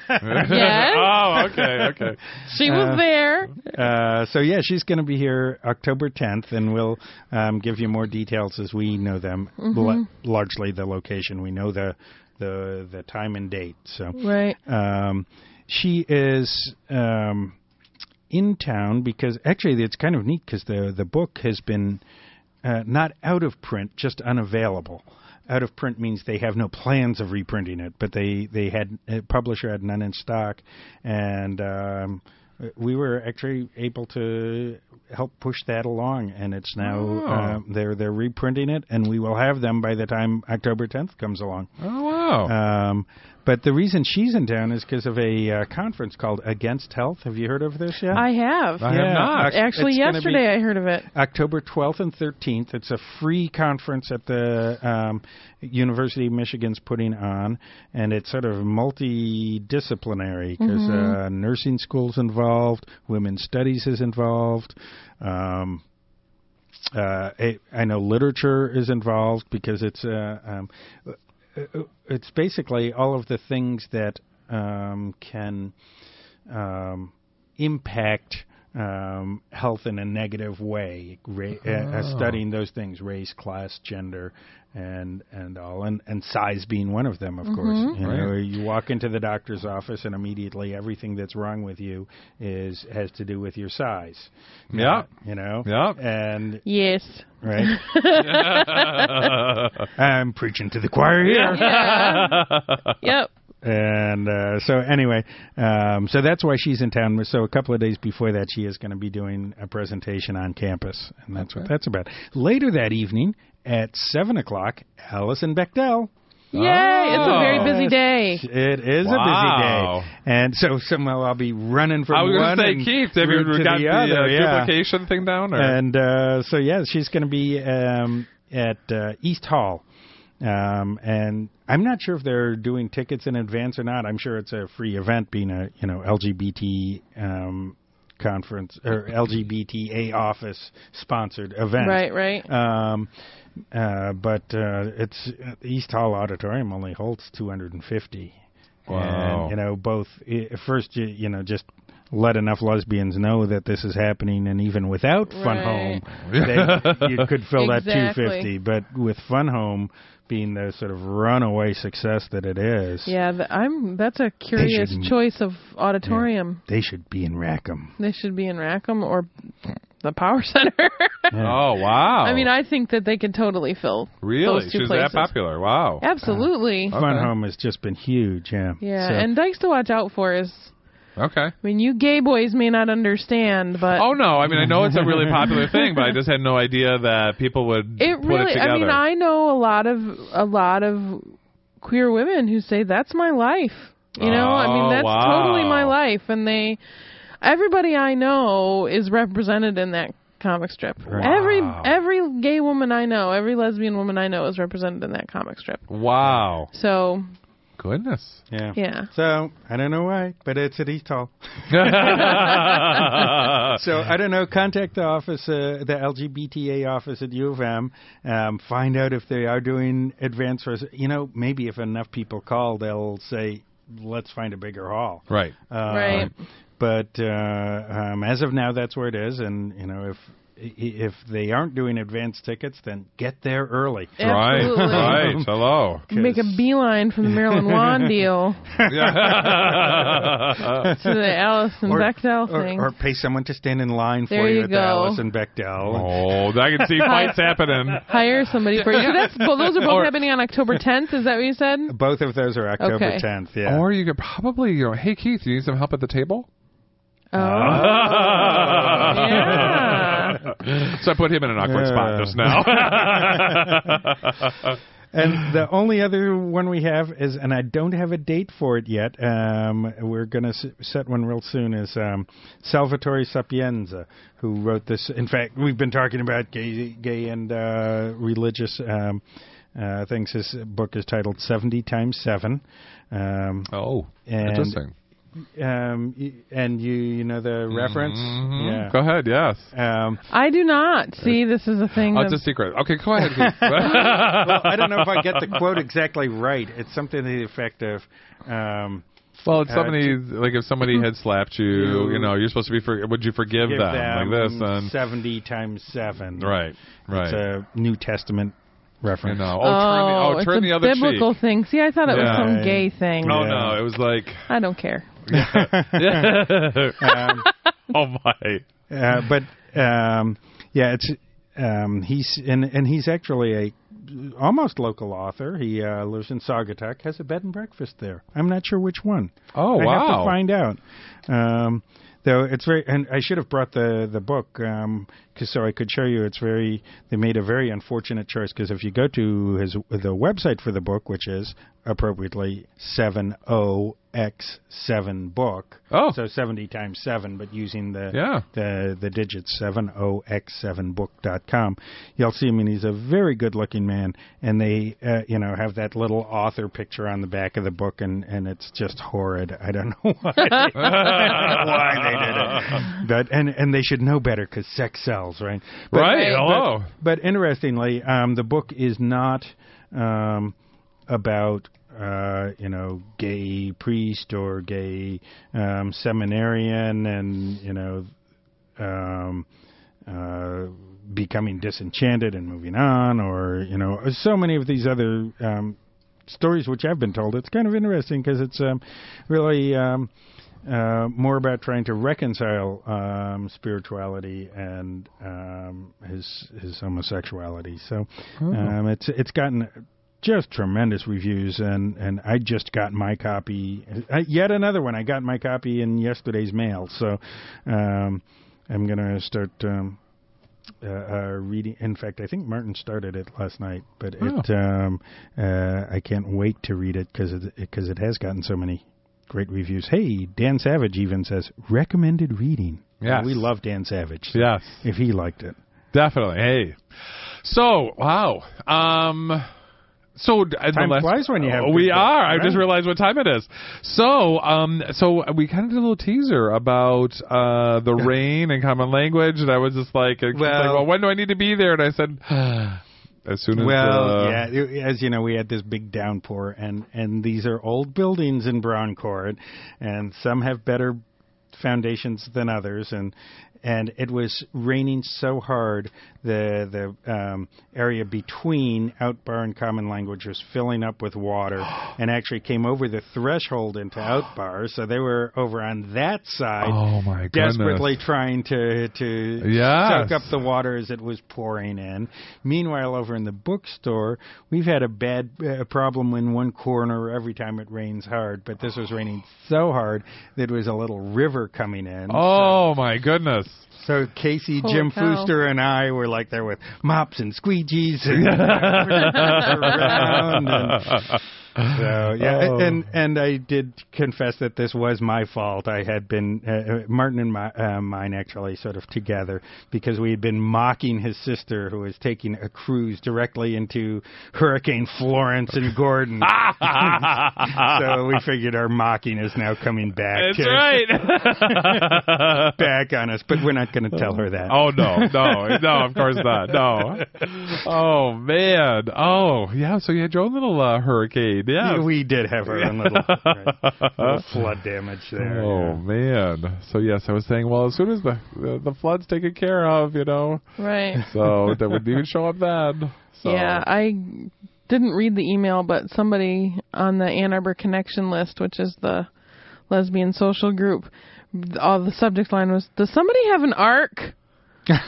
Yes.
oh, okay, okay.
She was there.
uh, so yeah, she's going to be here October 10th, and we'll um, give you more details as we know them.
Mm-hmm.
L- largely the location, we know the the the time and date. So
Right.
um, she is. Um, in town because actually it's kind of neat because the the book has been uh, not out of print, just unavailable. Out of print means they have no plans of reprinting it, but they they had uh, publisher had none in stock, and um, we were actually able to help push that along, and it's now uh, they're they're reprinting it, and we will have them by the time October 10th comes along.
Oh wow.
Um, but the reason she's in town is because of a uh, conference called Against Health. Have you heard of this yet?
I have.
I have not.
Actually,
It's gonna be
yesterday I heard of it.
October 12th and 13th. It's a free conference at the um, University of Michigan's putting on, and it's sort of multidisciplinary because uh, nursing school's involved, women's studies is involved. Um, uh, I I know literature is involved because it's uh, um, it's basically all of the things that um, can um, impact um, health in a negative way, ra- uh,
Oh.
uh, studying those things, race, class, gender, and and all, and, and size being one of them,
Mm-hmm.
of course. You know, you walk into the doctor's office, and immediately everything that's wrong with you is has to do with your size.
Yeah.
You know,
Yeah.
and
Yes.
right? I'm preaching to the choir here.
Uh,
Yep.
And uh, so, anyway, um, so that's why she's in town. So, a couple of days before that, she is going to be doing a presentation on campus, and that's what that's about. Later that evening at 7 o'clock, Allison
oh.
Bechdel.
Yay! It's a very busy day.
It is
Wow.
a busy day. And so, somehow I'll be running from
I was
one
gonna say,
and
Keith, have you
route to
got the,
other.
uh,
yeah.
duplication thing down? Or?
And uh, so, yeah, she's going to be um, at uh, East Hall. Um, and I'm not sure if they're doing tickets in advance or not. I'm sure it's a free event, being a you know LGBT um, conference or LGBTA office sponsored event.
Right. Right.
Um, uh, but uh, it's East Hall Auditorium only holds 250.
Wow.
And, you know, both i- first you, you know just let enough lesbians know that this is happening, and even without Fun
Right.
Home, they, you could fill that
Exactly.
250. But with Fun Home being the sort of runaway success that it is,
Yeah, th- I'm. That's a curious
shouldn't-
choice of auditorium.
they should be in Rackham.
They should be in Rackham or the Power Center.
Oh wow!
I mean, I think that they could totally fill
really
those two
she's that
places.
popular. Oh. Wow.
Absolutely.
Fun
Okay.
Home has just been huge. Yeah.
yeah,
So-
and Dykes to watch out for is.
Okay.
I mean, you gay boys may not understand, but
Oh no! I mean, I know it's a really popular thing, but I just had no idea that people would
it
put
really.
it together.
I mean, I know a lot of a lot of queer women who say that's my life. You know, I
Oh,
mean, that's
wow.
totally my life, and they. Everybody I know is represented in that comic strip. Every every gay woman I know, every lesbian woman I know is represented in that comic strip.
wow!
So
Goodness.
yeah.
yeah,
So I don't know why, but it's at East Hall.
yeah.
So I don't know. Contact the office, uh, the LGBTA office at U of M. Um, find out if they are doing advanced. Res- you know, maybe if enough people call, they'll say, "Let's find a bigger hall."
Right.
Uh,
Right.
But uh, um, as of now, that's where it is. And you know, if i- if they aren't doing advanced tickets, then get there early.
Right.
absolutely.
Right.
um,
Hello.
Make a beeline from the Maryland Lawn deal
Yeah.
to the Allison
Or-
Bechdel
Or,
thing.
or pay someone to stand in line for
There
you,
you
at
go.
the Allison Bechdel.
oh, I can see fights happening.
Hire somebody for you. So that's, well, those are both
Or-
happening on October 10th. Is that what you said?
Both of those are October
Okay.
10th. Yeah.
Or you could probably, you know, hey Keith, you need some help at the table?
Oh, yeah.
So I put him in an awkward spot
Yeah.
just now.
And the only other one we have is, and I don't have a date for it yet. Um, we're going to s- set one real soon. Is um, Salvatore Sapienza, who wrote this? In fact, we've been talking about gay, gay and uh, religious um, uh, things. His book is titled Seventy Times Seven. Um,
oh,
And-
interesting. Oh.
um, y- and you, you know the reference. Yeah.
Mm-hmm. Go ahead. Yes.
Um,
I do not. See, this is a thing.
Oh,
that-
it's a secret. Okay, go ahead. Keith.
well, I don't know if I get the quote exactly right. It's something to the effect of. Um,
Well, it's
Uh,
somebody like if somebody had slapped you,
You-
you know, you're supposed to be. For, would you forgive
give
them,
them
like this? And
70 times 7.
right, right.
It's a New Testament
you
reference.
know, oh,
Oh, it's
turn the, oh,
a
turn the other
biblical
cheek.
thing. See, I thought it
Yeah.
was some gay thing.
Oh
Yeah.
no, it was like,
I don't care.
oh my,
Uh, but um, yeah, it's um, he's and and he's actually a almost local author. He uh, lives in Saugatuck, has a bed and breakfast there. I'm not sure which one.
oh
I have to
wow.
find out. Um, though it's very, and I should have brought the the book um 'cause so I could show you. It's very. They made a very unfortunate choice because if you go to his the website for the book, which is appropriately seven o x seven book.
Oh.
so seventy times seven, but using the
Yeah.
the the digits seven o x seven book dot com. You'll see him, and he's a very good looking man. And they, uh, you know, have that little author picture on the back of the book, and and it's just horrid. I don't know why. They, I don't know why they did it? But and and they should know better because sex sells, right? But,
right.
Right.
Hello.
But interestingly, um, the book is not um, about uh, you know gay priest or gay um, seminarian and you know um, uh, becoming disenchanted and moving on, or you know so many of these other um, stories which I've been told. It's kind of interesting because it's um, really. Um, uh, more about trying to reconcile um, spirituality and um, his his homosexuality. So um, it's it's gotten just tremendous reviews, and, and I just got my copy. Uh, yet another one. I got my copy in yesterday's mail. So um, I'm gonna start. Um, uh, uh, reading. In fact, I think Martin started it last night, but
Oh.
it um, uh, I can't wait to read it because it because it has gotten so many great reviews. Hey, Dan Savage even says recommended reading.
Yes.
we love Dan Savage.
Yes.
if he liked it.
Definitely. Hey. So wow. Um. So d- uh, the
Time
last-
flies when you have
Oh,
good
we
books,
are. I just
right?
realized what time it is. So um. So we kind of did a little teaser about uh the rain and common language, and I was just like, it's like,
Well-
well, when do I need to be there? And I said. As soon as
Well,
uh,
yeah, it- as you know, we had this big downpour, and and these are old buildings in Browncourt, and some have better foundations than others, and and it was raining so hard the the um, area between Outbar and Common Language was filling up with water, and actually came over the threshold into Outbar, so they were over on that side,
Oh, my goodness.
desperately trying to to
Yes.
soak up the water as it was pouring in. Meanwhile, over in the bookstore, we've had a bad uh, problem in one corner every time it rains hard, but this was raining so hard that it was a little river coming in.
Oh my goodness.
So Casey,
Holy
Jim
cow.
Fuster, and I were like there with mops and squeegees and around. And so yeah,
Oh.
and and I did confess that this was my fault. I had been uh, uh, Martin and my, uh, mine actually sort of together because we had been mocking his sister who was taking a cruise directly into Hurricane Florence and Gordon. so we figured our mocking is now coming back.
That's
to-
right.
Back on us, but we're not going to tell her that.
Oh no, no, no! Of course not. No. Oh man. Oh yeah. So you had your own little uh, hurricane. Yeah.
Yeah, we did have our own little, little flood damage there.
Oh man. So yes, I was saying. Well, as soon as the the, the flood's taken care of, you know,
Right.
so that wouldn't even show up then. So.
Yeah, I didn't read the email, but somebody on the Ann Arbor Connection list, which is the lesbian social group, th- all the subject line was, "Does somebody have an ark?"
yes,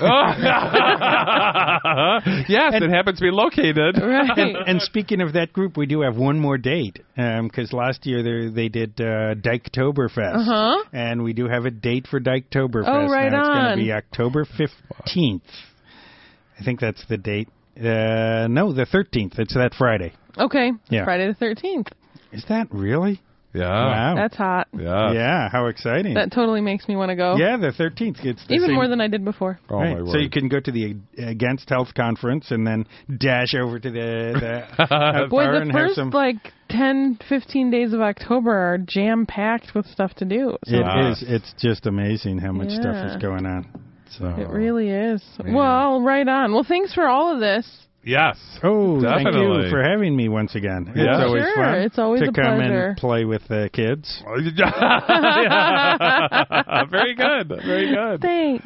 it happens to be located.
Right.
And, and speaking of that group, we do have one more date because last year they, they did uh, Dyketoberfest,
Uh-huh.
and we do have a date for Dyketoberfest.
Oh, right
now. It's
on.
to be October fifteenth. I think that's the date. Uh, no, the thirteenth. It's that Friday.
Okay.
Yeah.
Friday the thirteenth.
Is that really?
Yeah.
wow.
Oh. That's hot.
Yeah.
Oh. yeah. How exciting.
That totally makes me want to go.
yeah, the thirteenth. It's the
Even
same-
more than I did before.
Oh
Right.
my word.
So you can go to the Against Health conference and then dash over to the, the out
Boy,
bar
the
and have
first
some.
like 10, 15 days of October are jam packed with stuff to do. So
Yeah.
It is. It's just amazing how much stuff
Yeah.
is going on. So.
it really is. Well, right on. Well, thanks for all of this.
yes.
Oh, thank
Definitely.
you for having me once again.
Yeah.
It's always
Sure,
fun
it's always
to
a
come
pleasure.
and play with the kids.
Yeah. Very good. Very good.
Thanks.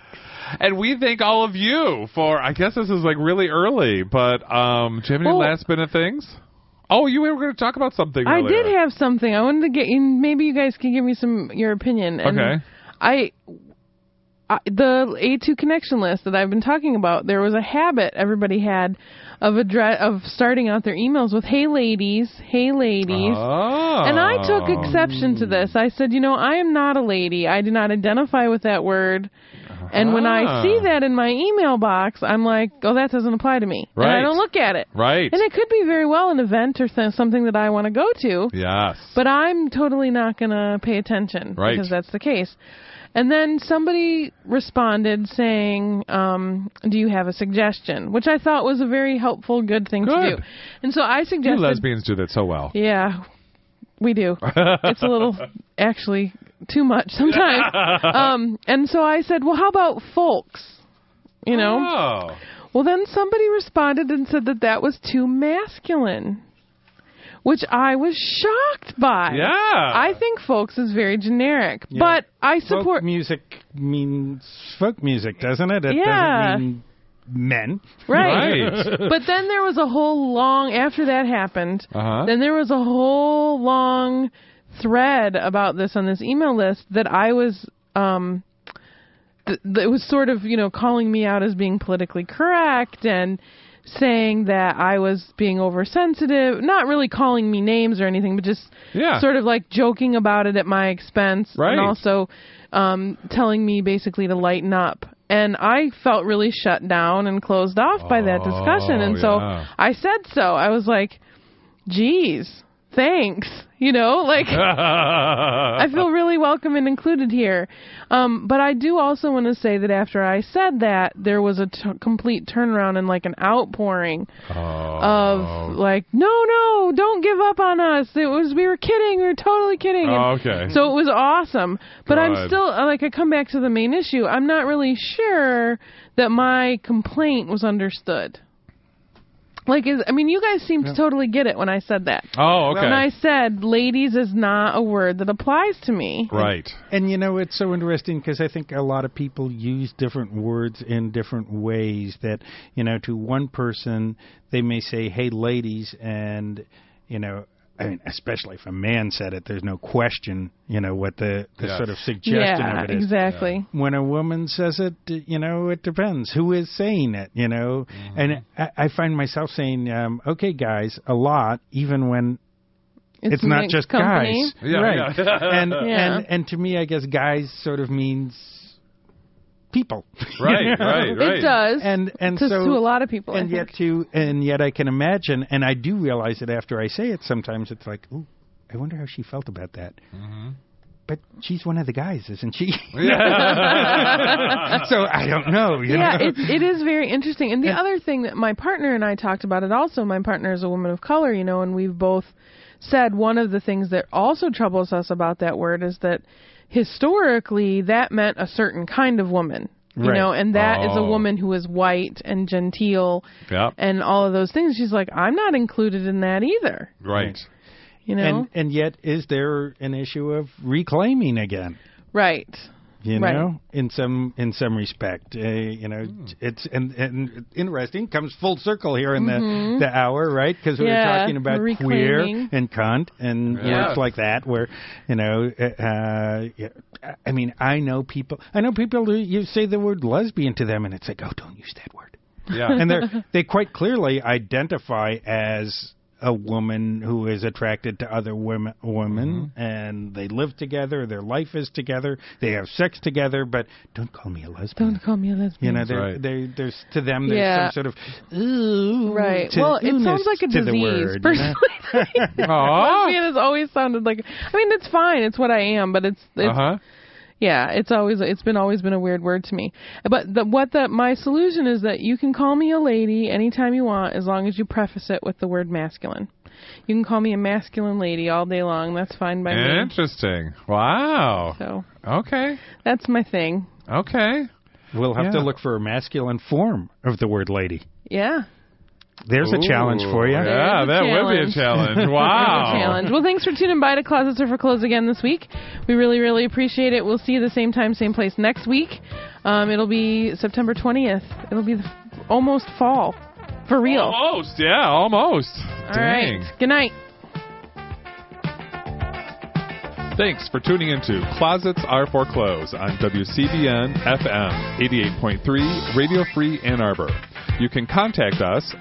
And we thank all of you for. I guess this is like really early, but um, do you have any
Oh.
last minute things? Oh, you were going to talk about something.
I
earlier.
did have something. I wanted to get in. Maybe you guys can give me some your opinion. And
Okay.
I, I the A2 connection list that I've been talking about. There was a habit everybody had of address of starting out their emails with "Hey ladies, hey ladies."
Oh.
And I took exception to this. I said, you know, I am not a lady. I do not identify with that word. And when
Ah.
I see that in my email box, I'm like, oh, that doesn't apply to me. And
Right.
I don't look at it.
Right.
And it could be very well an event or th- something that I want to go to,
yes.
but I'm totally not going to pay attention
Right.
because that's the case. And then somebody responded saying, um, "Do you have a suggestion?" Which I thought was a very helpful, good thing to
Good.
do. And so I
you
suggested
lesbians do that so well.
yeah, we do. it's a little, actually, too much sometimes. um, and so I said, well, how about folks? You know?
Oh.
Well, then somebody responded and said that that was too masculine, which I was shocked by.
Yeah.
I think folks is very generic, but I support.
Folk music means folk music, doesn't it? It
Yeah.
doesn't mean men.
Right.
but then there was a whole long after that happened
Uh-huh.
then there was a whole long thread about this on this email list that i was um th- th- it was sort of you know calling me out as being politically correct and saying that i was being oversensitive not really calling me names or anything but just
Yeah.
sort of like joking about it at my expense
Right.
and also um, telling me basically to lighten up. And I felt really shut down and closed off by that discussion. And so
Oh, yeah.
I said so. I was like, geez, thanks. You know, like
Oh.
I feel really welcome and included here. Um, but I do also want to say that after I said that, there was a t- complete turnaround and like an outpouring
Oh.
of like, no, no, don't give up on us. It was we were kidding. We were totally kidding. And
okay.
So it was awesome. But
Good.
I'm still uh, like I come back to the main issue. I'm not really sure that my complaint was understood. Like, is, I mean, you guys seem to totally get it when I said that.
Oh, okay.
When I said ladies is not a word that applies to me.
right.
And you know, it's so interesting because I think a lot of people use different words in different ways. That you know, to one person, they may say, "Hey, ladies," and you know. I mean, especially if a man said it, there's no question, you know, what the, the
Yes.
sort of suggestion
Yeah,
of it is.
exactly.
When a woman says it, d- you know, it depends who is saying it, you know. And I, I find myself saying, um, okay, guys, a lot, even when
It's,
it's not
mixed
just
company.
guys,
Yeah,
right?
yeah.
and
Yeah.
and and to me, I guess guys sort of means people,
Right, right, right.
It does.
and and
to,
so
to a lot of people. I
and yet
think.
to and yet I can imagine, and I do realize it after I say it. Sometimes it's like, ooh, I wonder how she felt about that.
Mm-hmm.
But she's one of the guys, isn't she? so I don't know. You
yeah,
know?
it, it is very interesting. And the other thing that my partner and I talked about it also, my partner is a woman of color, you know, and we've both said one of the things that also troubles us about that word is that historically that meant a certain kind of woman. You
Right.
know, and that is a
Oh.
woman who is white and genteel
Yep.
and all of those things. She's like, I'm not included in that either.
Right.
You know?
and and yet, is there an issue of reclaiming again?
right.
you
Right. Hmm.
know in some in some respect uh, you know it's and, and interesting comes full circle here in the the hour right because we
Mm-hmm. Yeah,
were talking about
reclaiming.
queer and cunt and words like that where you know uh, uh yeah, i mean i know people i know people who you say the word lesbian to them and it's like oh don't use that word
Yeah.
and they are they quite clearly identify as a woman who is attracted to other women, women and they live together, their life is together, they have sex together, but don't call me a lesbian.
Don't call me a lesbian.
you know, they're,
Right.
they there's to them there's
Yeah.
some sort of ooh
Right.
to-
well, it sounds
oohness
like a
to the
disease.
word, you know?
personally,
Aw.
lesbian has always sounded like. I mean, it's fine. It's what I am, but it's. it's
Uh-huh.
Yeah, it's always it's been always been a weird word to me. But the, what the my solution is that you can call me a lady anytime you want, as long as you preface it with the word masculine. You can call me a masculine lady all day long. That's fine by me.
Interesting. Wow.
So
Okay.
that's my thing.
Okay.
We'll have to
Yeah.
look for a masculine form of the word lady.
Yeah.
There's a challenge
Ooh,
for you.
Yeah,
There's a
that would be a
challenge.
challenge. Wow.
challenge. Well, thanks for tuning by to Closets Are for Clothes again this week. We really, really appreciate it. We'll see you the same time, same place next week. Um, it'll be September 20th. It'll be the, almost fall. For real.
Almost. Yeah, almost.
All
Oh, Dang.
right. Good night.
Thanks for tuning into Closets Are for Clothes on WCBN FM 88.3 Radio Free Ann Arbor. You can contact us